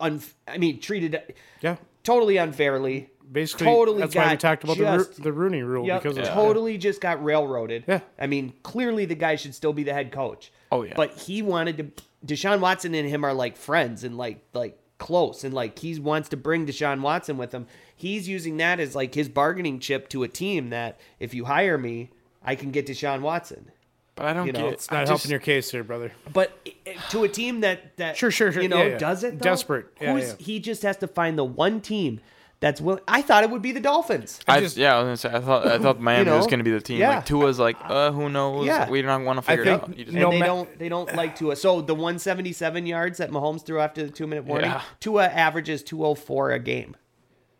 A: un- I mean, treated
B: yeah.
A: totally unfairly.
B: Basically,
A: totally
B: that's why we
A: got
B: talked about
A: just-
B: the, Ro- the Rooney rule
A: Yep,
B: because of
A: totally just got railroaded.
B: Yeah.
A: I mean, clearly the guy should still be the head coach.
C: Oh, yeah.
A: But he wanted to Deshaun Watson and him are like friends and like like close and like he wants to bring Deshaun Watson with him. He's using that as like his bargaining chip to a team that if you hire me, I can get Deshaun Watson.
C: But I don't
A: You know,
C: get.
A: it's
B: It's not
C: I
B: helping
C: just-
B: your case there, brother.
A: But i- i- to a team that that
B: Sure, sure, sure.
A: you know
B: Yeah, yeah.
A: does it though,
B: Desperate. Yeah,
A: who's
B: yeah.
A: he just has to find the one team that's willing. I thought it would be the Dolphins.
C: I
B: just-
C: yeah, I was gonna say I thought I thought Miami was
A: know?
C: gonna be the team.
A: Yeah.
C: Like Tua's like, uh, who knows?
A: Yeah.
C: We don't want to figure it
B: think-
C: out. You just,
A: and
B: No
A: they
B: ma-
A: don't they don't like Tua. So the 177 yards that Mahomes threw after the two minute warning,
C: Yeah.
A: Tua averages 204 a game.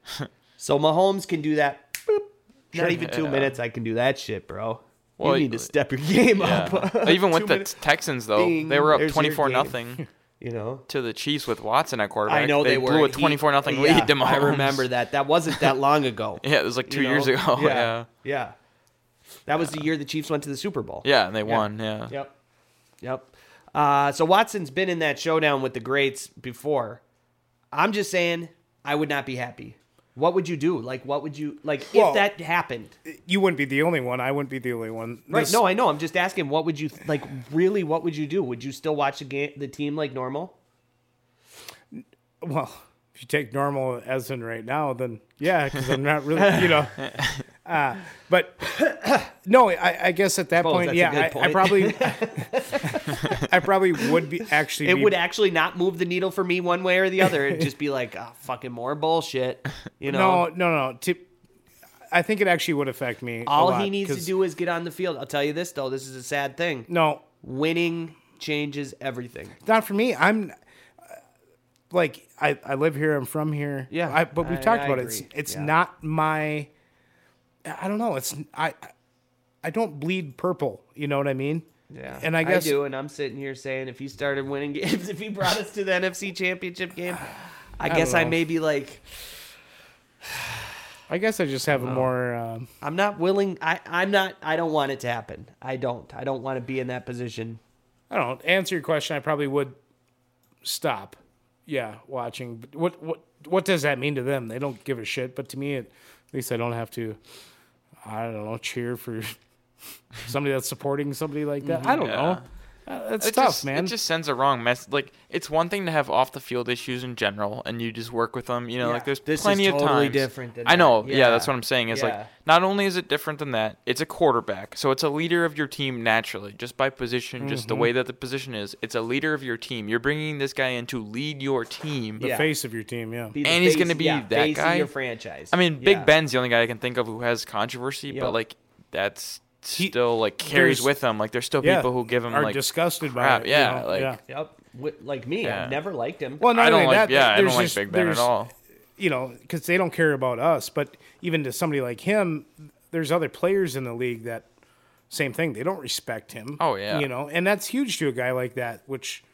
A: so Mahomes can do that. Boop. Not even two
C: Yeah.
A: minutes. I can do that shit, bro.
C: Well,
A: you need to
C: y-
A: step your game
C: yeah.
A: up.
C: Even with
A: Two
C: the
A: minutes.
C: Texans though,
A: Ding.
C: they were up
A: There's your
C: twenty four
A: game.
C: nothing
A: you know.
C: to the Chiefs with Watson at quarterback.
A: I know they, were
C: blew a
A: and he-
C: twenty four nothing
A: yeah, Oh,
C: lead to Mahomes.
A: I remember that. That wasn't that long ago.
C: Yeah, it was like two
A: you know?
C: years ago. Yeah. yeah,
A: Yeah. That was the year the Chiefs went to the Super Bowl.
C: and they won. Yeah,
A: Yep. Yep. Uh, so Watson's been in that showdown with the greats before. I'm just saying, I would not be happy. What would you do? Like, what would you like
B: Well-
A: if that happened?
B: You wouldn't be the only one. I wouldn't be the only one.
A: Right?
B: This-
A: no, I know. I'm just asking. What would you like? Really, what would you do? Would you still watch the game, the team like normal?
B: Well, if you take normal as in right now, then yeah, because I'm not really, you know. Uh, but no, I, I guess at that
A: Suppose
B: point,
A: that's a
B: yeah,
A: good
B: I, I
A: point.
B: probably, I probably would be actually.
A: It
B: be-
A: would actually not move the needle for me one way or the other. It'd just be like, ah, fucking more bullshit. You know,
B: no, no, no. To, I think it actually would affect me. a
A: all he
B: lot,
A: needs to
B: 'cause-
A: do is get on the field. I'll tell you this though. This is a sad thing.
B: No,
A: Winning changes everything.
B: not for me. I'm uh, like I, I live here. I'm from here.
A: Yeah,
B: I, but we've
A: I-
B: talked
A: I
B: about it.
A: agree.
B: It's it's
A: Yeah.
B: not my. I don't know. It's I. I don't bleed purple. You know what I mean?
A: Yeah,
B: And I guess
A: do, and I'm sitting here saying if he started winning games, if he brought us to the NFC Championship game, I, guess I
B: know.
A: may be like,
B: I guess I just have
A: Oh.
B: a more. Um,
A: I'm not willing. I I'm not. I don't want it to happen. I don't. I don't want to be in that position.
B: I don't know. To Answer your question. I probably would stop. Yeah, watching. But What what what does that mean to them? They don't give a shit. But to me, it, at least I don't have to. I don't know. Cheer for somebody that's supporting somebody like that. I don't know. Uh, That's
C: Mm-hmm. It
B: tough,
C: just,
B: man.
C: It just sends a wrong message. Like it's one thing to have off the field issues in general, and you just work with them. You know,
B: Yeah,
C: like there's
A: this is
C: plenty of
A: totally
C: times.
A: different than
C: I know.
A: that.
C: Yeah. that's
A: Yeah.
C: what I'm saying. Is
A: Yeah.
C: like not only is it different than that, it's a quarterback, so it's a leader of your team naturally, just by position, just the way that the position is. It's a leader of your team. You're bringing this guy in to lead your team.
A: Yeah.
B: face of your team. Yeah.
A: Be the
C: And he's
A: face-
C: gonna be
A: yeah,
C: that
A: face
C: guy?
A: Of your franchise.
C: I mean,
A: Yeah.
C: Big Ben's the only guy I can think of who has controversy,
A: Yep.
C: but like that's
B: He-
C: still like carries
B: there's-
C: with him. Like there's still people who give him
B: are
C: like
B: disgusted
C: crap,
B: by it.
C: yeah,
B: you know?
C: like-
A: Yep. Wi- Like me,
C: Yeah.
A: I've never liked him.
B: Well, not
C: I don't
B: only
C: like
B: that,
C: yeah I
B: there's
C: don't like
B: just-
C: Big Ben at
B: there's-
C: all.
B: You know, because they don't care about us. But even to somebody like him, there's other players in the league that same thing. They don't respect him.
C: Oh, yeah.
B: You know, and that's huge to a guy like that. Which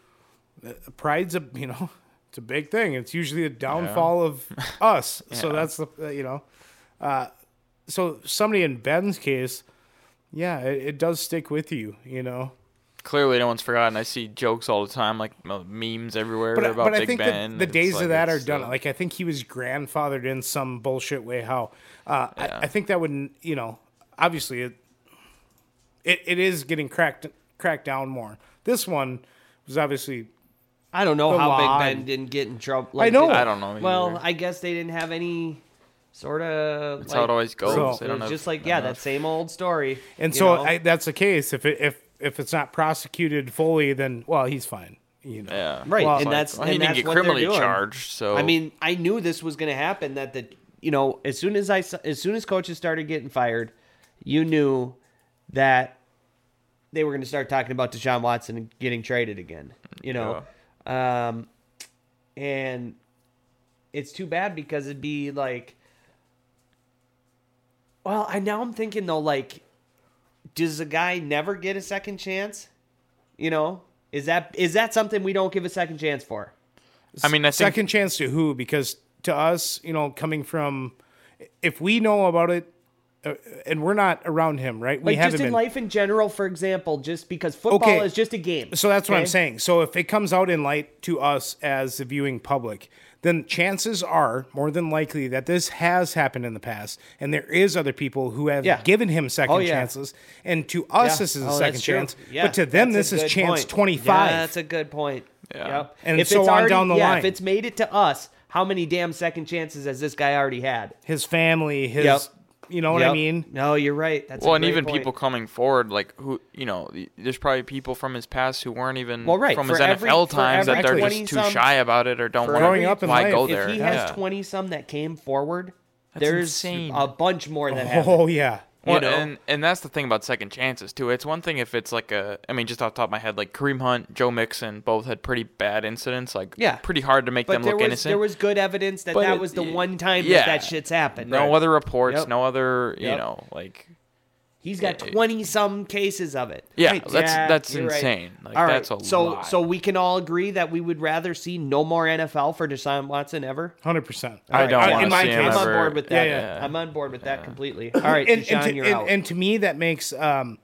B: uh, pride's a you know it's a big thing. It's usually a downfall of us. So that's the uh, you know, uh, so somebody in Ben's case, yeah, it, it does stick with you. You know.
C: clearly no one's forgotten. I see jokes all the time, like m- memes everywhere
B: but, I-
C: about
B: but
C: Big
B: I think that
C: Ben.
B: the
C: It's
B: days
C: like,
B: of that are
C: it's,
B: done.
C: uh,
B: Like I think he was grandfathered in some bullshit way. How uh, I, I think that would you know obviously it it, it is getting cracked cracked down more. This one was obviously
A: I don't know
B: the
A: how
B: law
A: Big Ben
B: and-
A: didn't get in trouble. Like,
B: know.
A: did-
C: I don't know.
A: Well,
C: either.
A: I guess they didn't have any sort of.
C: that's how it always goes.
B: So-
C: they
A: It
C: don't
A: was
C: have
A: just like yeah,
C: enough.
A: that same old story.
B: and
A: you
B: so
A: know?
B: I, that's the case. If it, if if it's not prosecuted fully, then well he's fine. You know.
C: yeah,
A: Right,
B: Well,
A: and
B: like,
A: that's
C: Well,
A: and
C: he didn't
A: that's
C: get
A: what they're
C: criminally
A: doing.
C: charged, so
A: I mean, I knew this was going to happen. That the you know, as soon as I s- as soon as coaches started getting fired, you knew that they were going to start talking about Deshaun Watson and getting traded again, you know. Um, and it's too bad because it'd be like, well, I now I'm thinking though, like, does a guy never get a second chance? You know, is that is that something we don't give a second chance for?
C: I mean, I think
B: second chance to who? Because to us, you know, coming from, if we know about it, uh, and we're not around him, right? We
A: Like
B: haven't
A: just in
B: been.
A: life in general, for example, just because football
B: Okay.
A: is just a game.
B: So that's what I'm
A: okay?
B: saying. So if it comes out in light to us as the viewing public, then chances are more than likely that this has happened in the past, and there is other people who have
A: Yeah.
B: given him second
A: Oh, yeah.
B: chances. And to us,
A: Yeah.
B: this is a
A: Oh, that's
B: second
A: true.
B: chance,
A: Yeah,
B: but to them,
A: that's
B: this
A: a
B: is
A: good
B: chance
A: point.
B: 25.
A: Yeah, that's a good point.
C: Yeah.
A: Yep.
B: And
A: if
B: so
A: it's
B: on
A: already-
B: down the
A: yeah, If
B: line.
A: it's made it to us, how many damn second chances has this guy already had?
B: his family, his,
A: Yep.
B: you know what I
A: Yep.
B: mean?
A: No, you're right. That's a
C: well, and
A: great
C: even
A: point.
C: people coming forward, like who you know, y- there's probably people from his past who weren't even
A: Well, right,
C: from
A: for
C: his
A: every-
C: NFL
A: for
C: times that
A: every
C: they're just too
A: 20-some
C: shy about it or don't
A: for
C: want
B: Growing
C: to.
B: up in
C: why
B: life,
C: go
B: if
C: there?
A: If he has
C: yeah.
A: twenty some that came forward,
C: That's
A: there's
C: insane.
A: a bunch more that haven't.
B: Oh, yeah.
C: Well,
A: know?
C: and and that's the thing about second chances too. It's one thing if it's like a, I mean, just off the top of my head, like Kareem Hunt, Joe Mixon, both had pretty bad incidents. Like,
A: Yeah.
C: pretty hard to make
A: But
C: them
A: there
C: look
A: was
C: innocent.
A: there was good evidence that
C: But
A: that
C: it-
A: was the
C: y-
A: one time
C: yeah.
A: that that shit's happened.
C: no other reports,
A: Yep.
C: no other, you
A: Yep.
C: know, like,
A: He's got twenty some cases of it.
C: yeah,
A: Right.
C: that's
A: Yeah,
C: that's
A: you're right.
C: insane. Like,
A: all right,
C: that's a
A: so
C: lot.
A: so we can all agree that we would rather see no more NFL for Deshaun Watson ever.
B: 100%.
C: I don't
B: Uh,
C: want
B: in
C: to
B: my
C: see him
B: case-
A: I'm
C: ever.
A: on board with that.
B: Yeah, yeah.
A: I'm on board with that completely. All right,
B: and,
A: Deshaun,
B: and to,
A: you're
B: and-
A: out.
B: and to me that makes um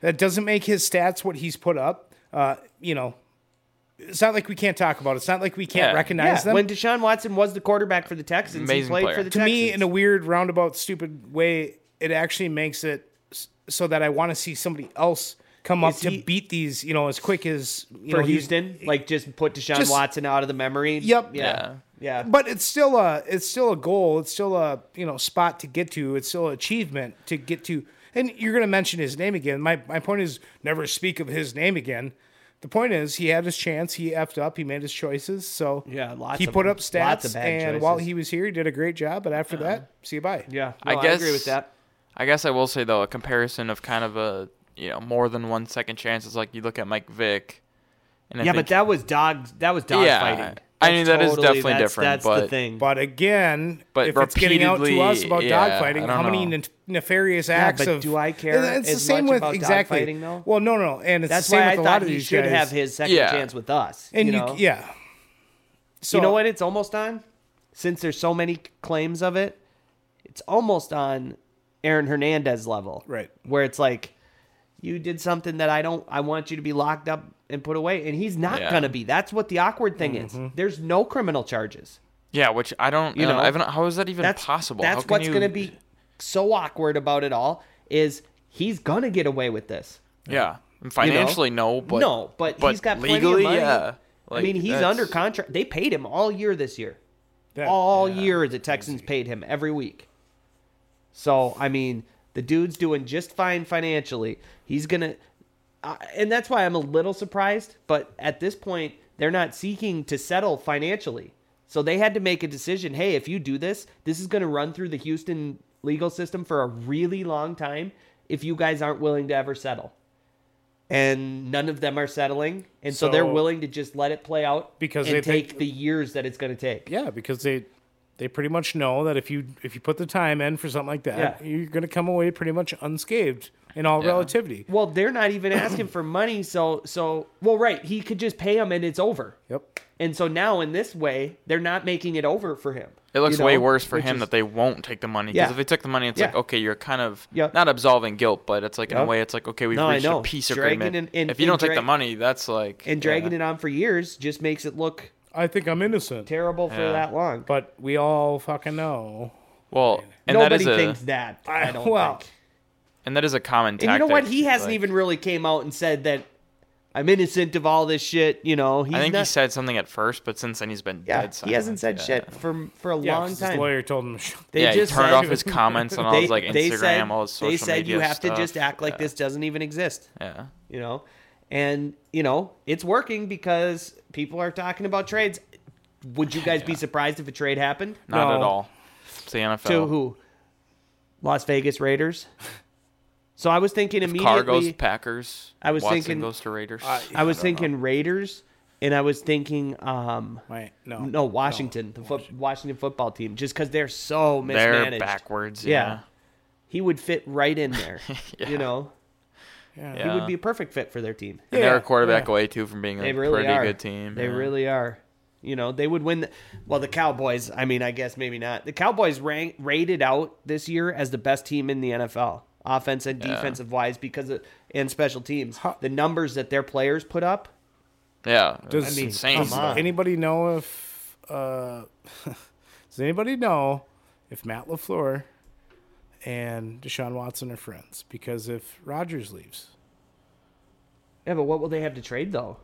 B: that doesn't make his stats what he's put up uh you know it's not like we can't talk about it it's not like we can't
C: Yeah.
B: recognize
A: yeah,
B: them
A: when Deshaun Watson was the quarterback for the Texans, he
C: Amazing
A: played
C: player.
A: for the
B: to
A: Texans.
B: me in a weird roundabout stupid way it actually makes it s- so that i want to see somebody else come up
A: Is
B: to
A: he-
B: beat these you know as quick as you
A: for
B: know he-
A: Houston, like just put Deshaun
B: Just-
A: Watson out of the memory.
B: Yep.
A: Yeah. Yeah.
B: but it's still a it's still a goal it's still a you know spot to get to it's still an achievement to get to and you're going to mention his name again my, my point is never speak of his name again the point is he had his chance he effed up he made his choices so
A: Yeah, lots
B: he
A: of
B: put
A: them.
B: up stats
A: Lots of bad
B: and
A: choices. Um,
B: while he was here he did a great job but after that see you bye
A: yeah.
C: I
A: No, I agree
C: guess-
A: with that.
C: I guess I will say though a comparison of kind of a you know more than one second chance is like you look at Mike Vick. And I
A: Yeah,
C: think-
A: but that was dogs. That was dog
C: Yeah.
A: fighting.
C: I mean,
A: That's
C: that is definitely
A: that's-
C: different,
A: That's the
C: but-
A: thing.
B: but again
C: But
B: if it's getting out to us
C: repeatedly,
B: about
C: yeah,
B: dogfighting
C: I don't
B: how many
C: know.
B: ne- nefarious acts
A: but
B: of
A: do I care
B: And it's the
A: as
B: same
A: much
B: with
A: about
B: exactly
A: dogfighting, though?
B: well no no and it's
A: that's
B: the same
A: why I
B: with a lot
A: thought
B: of
A: he
B: these
A: should
B: guys.
A: have his second
C: Yeah.
A: chance with us.
B: and
A: you
B: you,
A: know?
B: yeah. So
A: you know what? It's almost on. Since there's so many claims of it, it's almost on Aaron Hernandez level,
B: Right.
A: Where it's like, you did something that I don't. I want you to be locked up and put away, and he's not
C: Yeah.
A: gonna be. That's what the awkward thing
B: Mm-hmm.
A: is. There's no criminal charges.
C: yeah, which I don't, you know,
A: know,
C: I don't, how is that even
A: that's
C: possible? How
A: That's
C: can
A: what's
C: you-
A: going to be so awkward about it all is he's going to get away with this.
C: Yeah, And financially no, but
A: no, but, he's got plenty of
C: legally,
A: money.
C: yeah.
A: I mean, he's
C: that's-
A: under contract. They paid him all year this year.
B: That-
A: all year the Texans paid him every week. So I mean, the dude's doing just fine financially. He's gonna, uh, and that's why I'm a little surprised. But at this point, they're not seeking to settle financially, so they had to make a decision. Hey, if you do this, this is gonna run through the Houston legal system for a really long time. If you guys aren't willing to ever settle. And none of them are settling, and so, they're
B: So-
A: willing to just let it play out
B: Because
A: and
B: they think-
A: take the years that it's going to take.
B: Yeah, because they they pretty much know that if you if you put the time in for something like that,
A: Yeah.
B: you're going to come away pretty much unscathed in all relativity.
A: Well, they're not even asking for money, so so well, right? He could just pay him, and it's over.
B: Yep.
A: And so now, in this way, they're not making it over for him.
C: It looks
A: you know,
C: way worse for
A: which
C: him
A: is-
C: that they won't take the money because
A: Yeah.
C: if they took the money, it's like
A: Yeah.
C: okay, you're kind of
A: Yep.
C: not absolving guilt, but it's like in
A: Yep.
C: a way, it's like okay, we've
A: No, I
C: reached
A: know.
C: a peace
A: Dragging
C: agreement.
A: and- and-
C: if you
A: and
C: don't take the
A: drag-
C: money, that's like
A: and dragging
C: yeah.
A: it on for years just makes it look
B: I think I'm innocent.
A: terrible for
C: Yeah.
A: that long.
B: But we all fucking know.
C: Well, and that
A: Nobody
C: is a
A: thinks that. I don't
B: well,
A: think.
C: and that is a common tactic.
A: And you know what? He hasn't
C: like,
A: even really came out and said that I'm innocent of all this shit. You know, he's
C: I think
A: not,
C: he said something at first, but since then he's been
A: yeah,
C: dead.
A: he hasn't said
C: silent. Yeah.
A: shit for for a
B: Yeah, 'cause
A: long
B: His
A: time.
B: lawyer told him. "Shh,
A: They
C: yeah,
A: just
C: he turned
A: said-
C: off his comments on all his like Instagram,
A: they said,
C: all his social
A: they said
C: media
A: you have to
C: stuff.
A: just act like
C: Yeah.
A: this doesn't even exist.
C: Yeah.
A: you know and you know it's working because people are talking about trades would you guys be surprised if a trade happened
C: Not at
B: No.
C: all. It's the NFL.
A: to who las vegas raiders So I was thinking
C: If
A: immediately.
C: Carr goes to Packers.
A: I was
C: Watson
A: thinking-
C: goes to Raiders.
B: Uh,
A: I was
B: don't
A: thinking Raiders, and I was thinking um,
B: Right? No.
A: no Washington, the foot Washington football team, just because they're so mismanaged.
C: They're backwards.
A: Yeah.
C: Yeah.
A: He would fit right in there.
C: Yeah.
A: You know,
B: Yeah.
A: he
C: Yeah.
A: would be a perfect fit for their team.
C: And they're
B: Yeah,
C: a quarterback
B: yeah.
C: away too from being a
A: They really
C: pretty
A: are
C: good team.
A: They
C: yeah.
A: really are. You know, they would win. The, well, the Cowboys. I mean, I guess maybe not. The Cowboys rank, rated out this year as the best team in the NFL, offense and defensive wise, because of and special teams.
B: How-
A: The numbers that their players put up.
C: Yeah.
B: Does,
C: it's insane.
B: does anybody know if uh, does anybody know if Matt Lafleur and Deshaun Watson are friends? Because if Rogers leaves,
A: Yeah, but what will they have to trade though?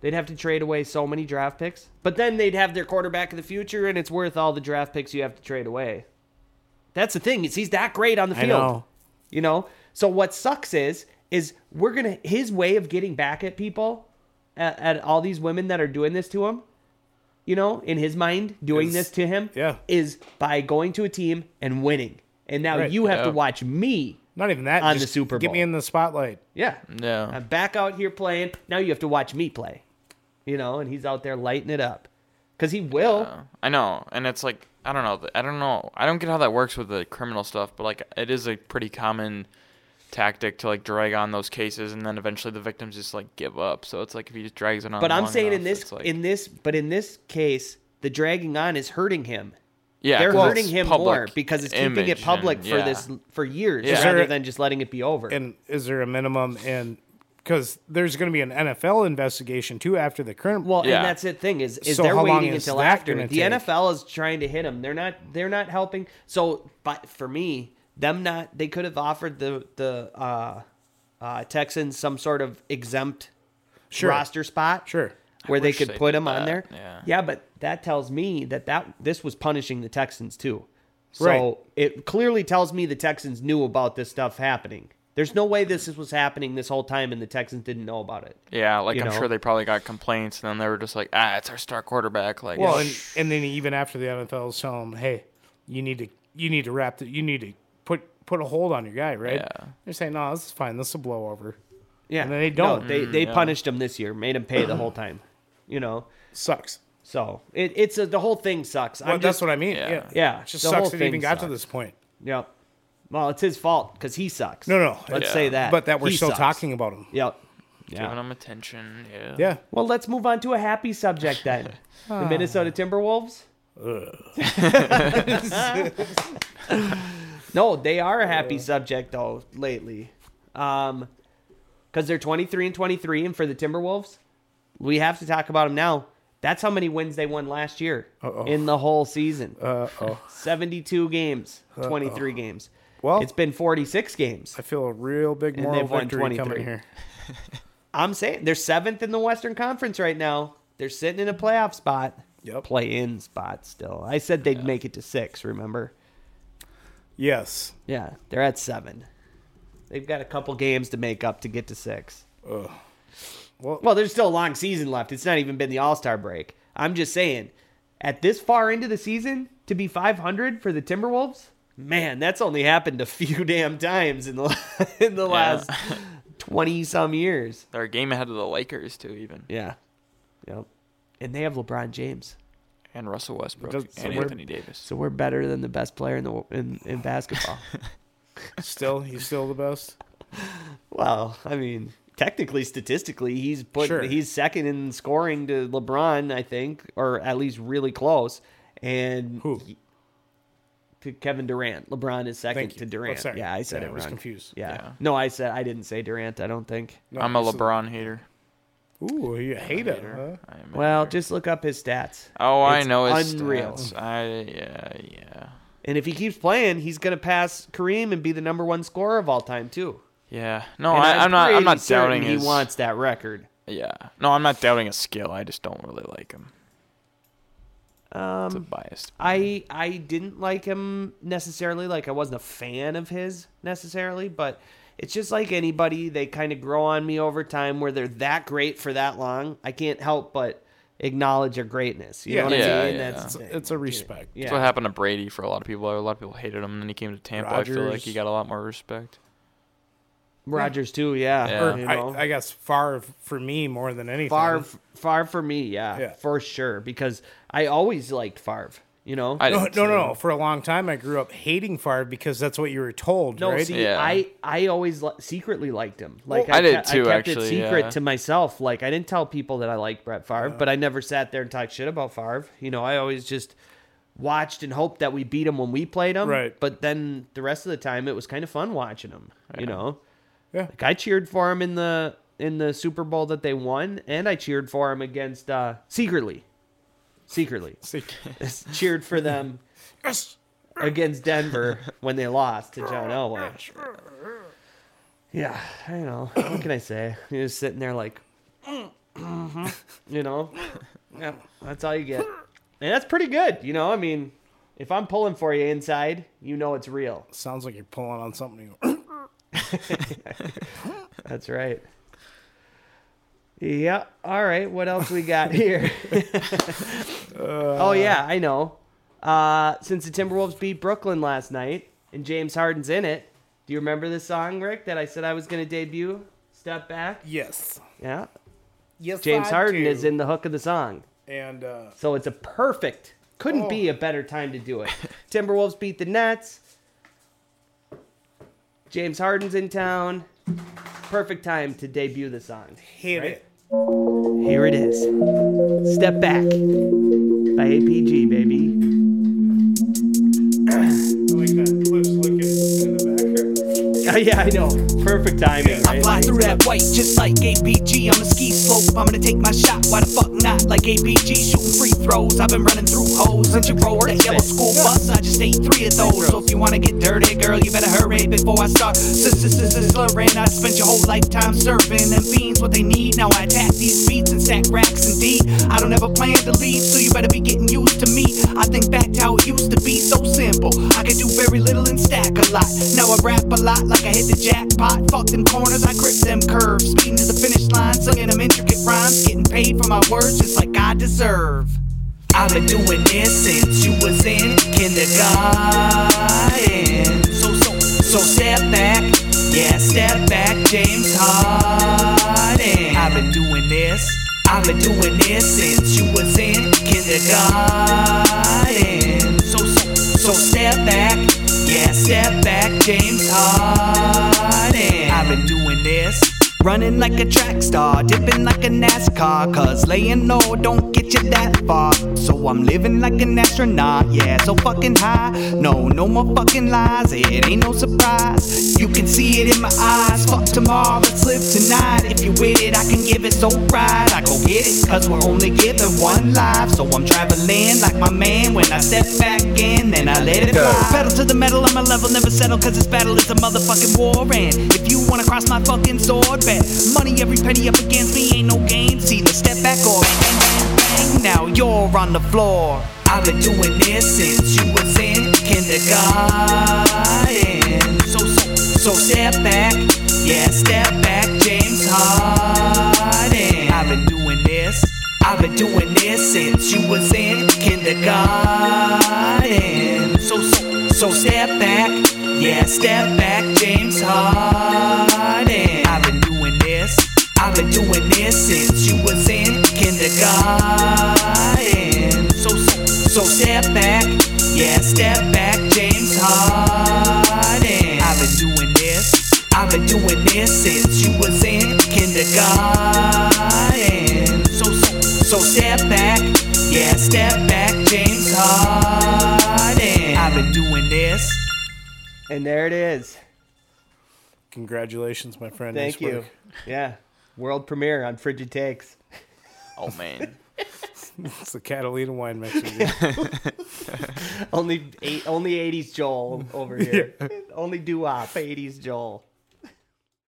A: They'd have to trade away so many draft picks, but then they'd have their quarterback of the future, and it's worth all the draft picks you have to trade away. That's the thing; is he's that great on the
B: I
A: field.
B: know.
A: You know. So what sucks is is we're gonna his way of getting back at people, at, at all these women that are doing this to him. You know, in his mind, doing
B: Is-
A: this to him
B: yeah.
A: is by going to a team and winning. And now
B: Right,
A: you have to
C: yeah.
A: watch me.
B: not even that
A: On the
B: just
A: Super
B: Get
A: Bowl.
B: me in the spotlight.
A: Yeah.
C: Yeah.
A: I'm back out here playing. Now you have to watch me play. You know, and he's out there lighting it up. Cause he will.
C: Uh, I know, and it's like I don't know. I don't know. I don't get how that works with the criminal stuff, but like it is a pretty common tactic to like drag on those cases, and then eventually the victims just like give up. So it's like if he just drags it on.
A: but I'm
C: long
A: saying in
C: enough,
A: this
C: it's like,
A: in this but in this case, the dragging on is hurting him.
C: yeah,
A: They're
C: 'cause
A: hurting
C: it's
A: him
C: public
A: more because it's keeping
C: image
A: it public
C: and-
A: for
C: yeah.
A: this for years
C: Yeah. Is
A: rather
B: there-
A: than just letting it be over.
B: And is there a minimum? And because there's going to be an NFL investigation too after the current.
A: well,
C: Yeah.
A: and that's the thing is is
B: So
A: they're
B: how long
A: waiting
B: is
A: until
B: that
A: after.
B: gonna
A: The
B: take?
A: NFL is trying to hit him. They're not they're not helping. So, but for me, them not they could have offered the the uh, uh, Texans some sort of exempt
B: sure,
A: roster spot
B: sure.
A: where they
C: wish
A: could
C: they
A: put
C: did
A: him on there.
C: that, yeah.
A: but that tells me that that this was punishing the Texans too. So
B: Right.
A: it clearly tells me the Texans knew about this stuff happening. There's no way this was happening this whole time and the Texans didn't know about it.
C: Yeah, like
A: you
C: I'm
A: know?
C: sure they probably got complaints, and then they were just like, ah, it's our star quarterback. Like,
B: Well, and, and then even after the NFL is telling them, hey, you need to you need to wrap the, you need to put put a hold on your guy, right?
C: Yeah.
B: They're saying, no, this is fine. This will blow over.
A: Yeah,
B: And they
A: No,
B: don't.
A: they they
C: Mm,
A: punished him this year, made him pay the whole time. You know,
B: Sucks.
A: so it, it's a, the whole thing sucks. I'm
B: Well, that's
A: just-
B: what I mean.
C: Yeah.
B: Yeah,
A: Yeah,
B: It just
A: the whole
B: sucks that it
A: thing
B: even got to
A: sucks.
B: this point.
A: Yeah. Well, it's his fault because he sucks.
B: No, no,
A: Let's
C: Yeah.
A: say that.
B: But that we're
A: He
B: still
A: sucks.
B: talking about him.
A: Yep.
C: giving
A: Yeah.
C: him attention. Yeah.
B: Yeah.
A: Well, let's move on to a happy subject then. the Minnesota Timberwolves. no, they are a happy subject though lately, um, because they're twenty three and twenty three, and for the Timberwolves, we have to talk about them now. That's how many wins they won last year in the whole season.
B: Uh oh.
A: 72 games, 23 games.
B: Well-
A: it's been 46 games.
B: I feel a real big
A: And
B: moral
A: they've won
B: victory coming
A: 23.
B: here.
A: I'm saying they're seventh in the Western Conference right now. They're sitting in a playoff spot,
B: Yep.
A: play in spot still. I said they'd make it to six, remember?
B: Yes.
A: Yeah, they're at seven. They've got a couple games to make up to get to six.
B: Well-
A: well, there's still a long season left. It's not even been the All Star break. I'm just saying, at this far into the season, to be 500 for the Timberwolves, man, that's only happened a few damn times in the in the last 20 some years.
C: They're a game ahead of the Lakers too, even
A: Yeah. Yep. And they have LeBron James.
C: and Russell Westbrook
B: does- so
C: and
B: we're-
C: Anthony Davis.
A: So we're better than the best player in the wo- in, in basketball.
B: Still, he's still the best.
A: well, I mean, technically statistically, he's put
B: Sure.
A: he's second in scoring to LeBron, I think, or at least really close. And
B: Who?
A: he- to Kevin Durant. LeBron is second
B: Thank you.
A: to
B: Oh,
A: Durant.
B: sorry.
A: yeah, I said
B: Yeah,
A: it
B: I was
A: wrong.
B: confused.
A: Yeah.
C: Yeah.
A: No, I said I didn't say Durant, I don't think.
B: No,
C: I'm a
B: he's the-
C: LeBron hater.
B: Ooh, you hate it. Huh?
C: I am a
A: Well,
C: hater.
A: just look up his stats.
C: oh, I
A: it's
C: know it's
A: unreal.
C: stats. I yeah yeah.
A: And if he keeps playing, he's going to pass Kareem and be the number 1 scorer of all time, too.
C: Yeah. No,
A: And
C: Oh, I, I'm not. I'm
A: pretty
C: not
A: certain
C: doubting his.
A: he wants that record.
C: Yeah. No, I'm not doubting his skill. I just don't really like him. it's a
A: Um,
C: biased.
A: I I didn't like him necessarily. Like I wasn't a fan of his necessarily, but it's just like anybody. They kind of grow on me over time, where they're that great for that long. I can't help but acknowledge their greatness. You know
B: Yeah.
A: what
C: Yeah,
A: I mean?
C: yeah.
A: That's
B: It's, it's a respect.
A: yeah.
C: That's what happened to Brady for a lot of people. A lot of people hated him, and then he came to Tampa. I feel like he
B: Rodgers.
C: got a lot more respect.
A: Rogers too. Yeah,
C: Yeah.
A: you know.
B: I, I guess Favre for me more than anything.
A: Favre, Favre for me, yeah,
B: Yeah.
A: for sure. Because I always liked Favre. You know,
C: I
B: No,
C: didn't.
B: no, no, no. For a long time, I grew up hating Favre because that's what you were told,
A: no,
B: right?
A: see,
C: Yeah.
A: I I always li- secretly liked him. Like
C: I did
A: kept-
C: too,
A: I kept it
C: actually,
A: secret
C: yeah.
A: to myself. Like I didn't tell people that I liked Brett Favre, but I never sat there and talked shit about Favre. You know, I always just watched and hoped that we beat him when we played him.
B: Right.
A: But then the rest of the time, it was kind of fun watching him. You know.
B: Yeah.
A: Like I cheered for him in the in the Super Bowl that they won, and I cheered for him against uh secretly, secretly
B: See,
A: cheered for them
B: yes.
A: against Denver when they lost to John Elway. Yeah, I know. What can I say? You're just sitting there like, you know, yeah, that's all you get, and that's pretty good. You know, I mean, if I'm pulling for you inside, you know it's real.
B: Sounds like you're pulling on something.
A: That's right. Yeah. All right. What else we got here? oh yeah, I know. Uh, since the Timberwolves beat Brooklyn last night and James Harden's in it, do you remember this song, Rick, that I said I was going to debut? Step back.
B: yes.
A: Yeah.
B: Yes.
A: James
B: I
A: Harden
B: do.
A: is in the hook of the song,
B: And uh,
A: so it's a perfect. Couldn't
B: Oh.
A: be a better time to do it. Timberwolves beat the Nets. James Harden's in town. Perfect time to debut the song.
B: hit
A: Right?
B: it.
A: Here it is. Step Back by APG, baby.
B: I like that Cliff's looking in the
A: Oh, yeah, I know. Perfect timing,
D: I
A: right?
D: fly through that white just like ABG. I'm a ski slope. I'm gonna take my shot. Why the fuck not? Like ABG, shooting free throws. I've been running through holes since you rolled that yellow school bus. I just ate three of those. So if you wanna get dirty, girl, you better hurry before I start sis- sis- sis- sis- slurring. I spent your whole lifetime serving them fiends what they need. Now I attack these beats and stack racks. Indeed, I don't ever plan to leave, so you better be getting used to me. I think back to how it used to be, so simple. I could do very little and stack a lot. Now I rap a lot like I hit the jackpot. Fuck them corners, I grip them curves. Speeding to the finish line, singing them intricate rhymes. Getting paid for my words just like I deserve. I've been doing this since you was in kindergarten. So, so, so step back. Yeah, step back, James Harden. I've been doing this. I've been doing this since you was in kindergarten. So, so, so step back. Yeah, step back, James Harden. I've been doing this. Running like a track star, dipping like a NASCAR, cause laying low don't get you that far. So I'm living like an astronaut, yeah, so fucking high. No, no more fucking lies, it ain't no surprise. You can see it in my eyes, fuck tomorrow, let's live tonight. If you with it, I can give it so right, I go get it, cause we're only given one life. So I'm traveling like my man when I step back in, then I let it fly. Pedal to the metal, I'm a level, never settle, cause this battle is a motherfucking war. And if you wanna cross my fucking sword, bet money every penny up against me ain't no game. See the step back or bang, bang, bang, bang. Now you're on the floor. I've been doing this since you was in kindergarten. So, so, so step back, yeah, step back, James Harden. I've been doing this. I've been doing this since you was in kindergarten. So, so, so step back, yeah, step back, James Harden. I've been doing this. I've been doing this since you was in kindergarten. So, so, so step back, yeah, step back, James Harden. I've been doing this. I've been doing this since you was in kindergarten. So, so, so step back, yeah, step back, James Harden. I've been doing this.
A: And there it is.
B: Congratulations, my friend.
A: Thank
B: Nice
A: you.
B: work.
A: Yeah. World premiere on Frigid Takes.
C: Oh man.
B: It's the Catalina wine mix. we did.
A: Only eight, only 80s Joel over here. only doo-wop 80s Joel.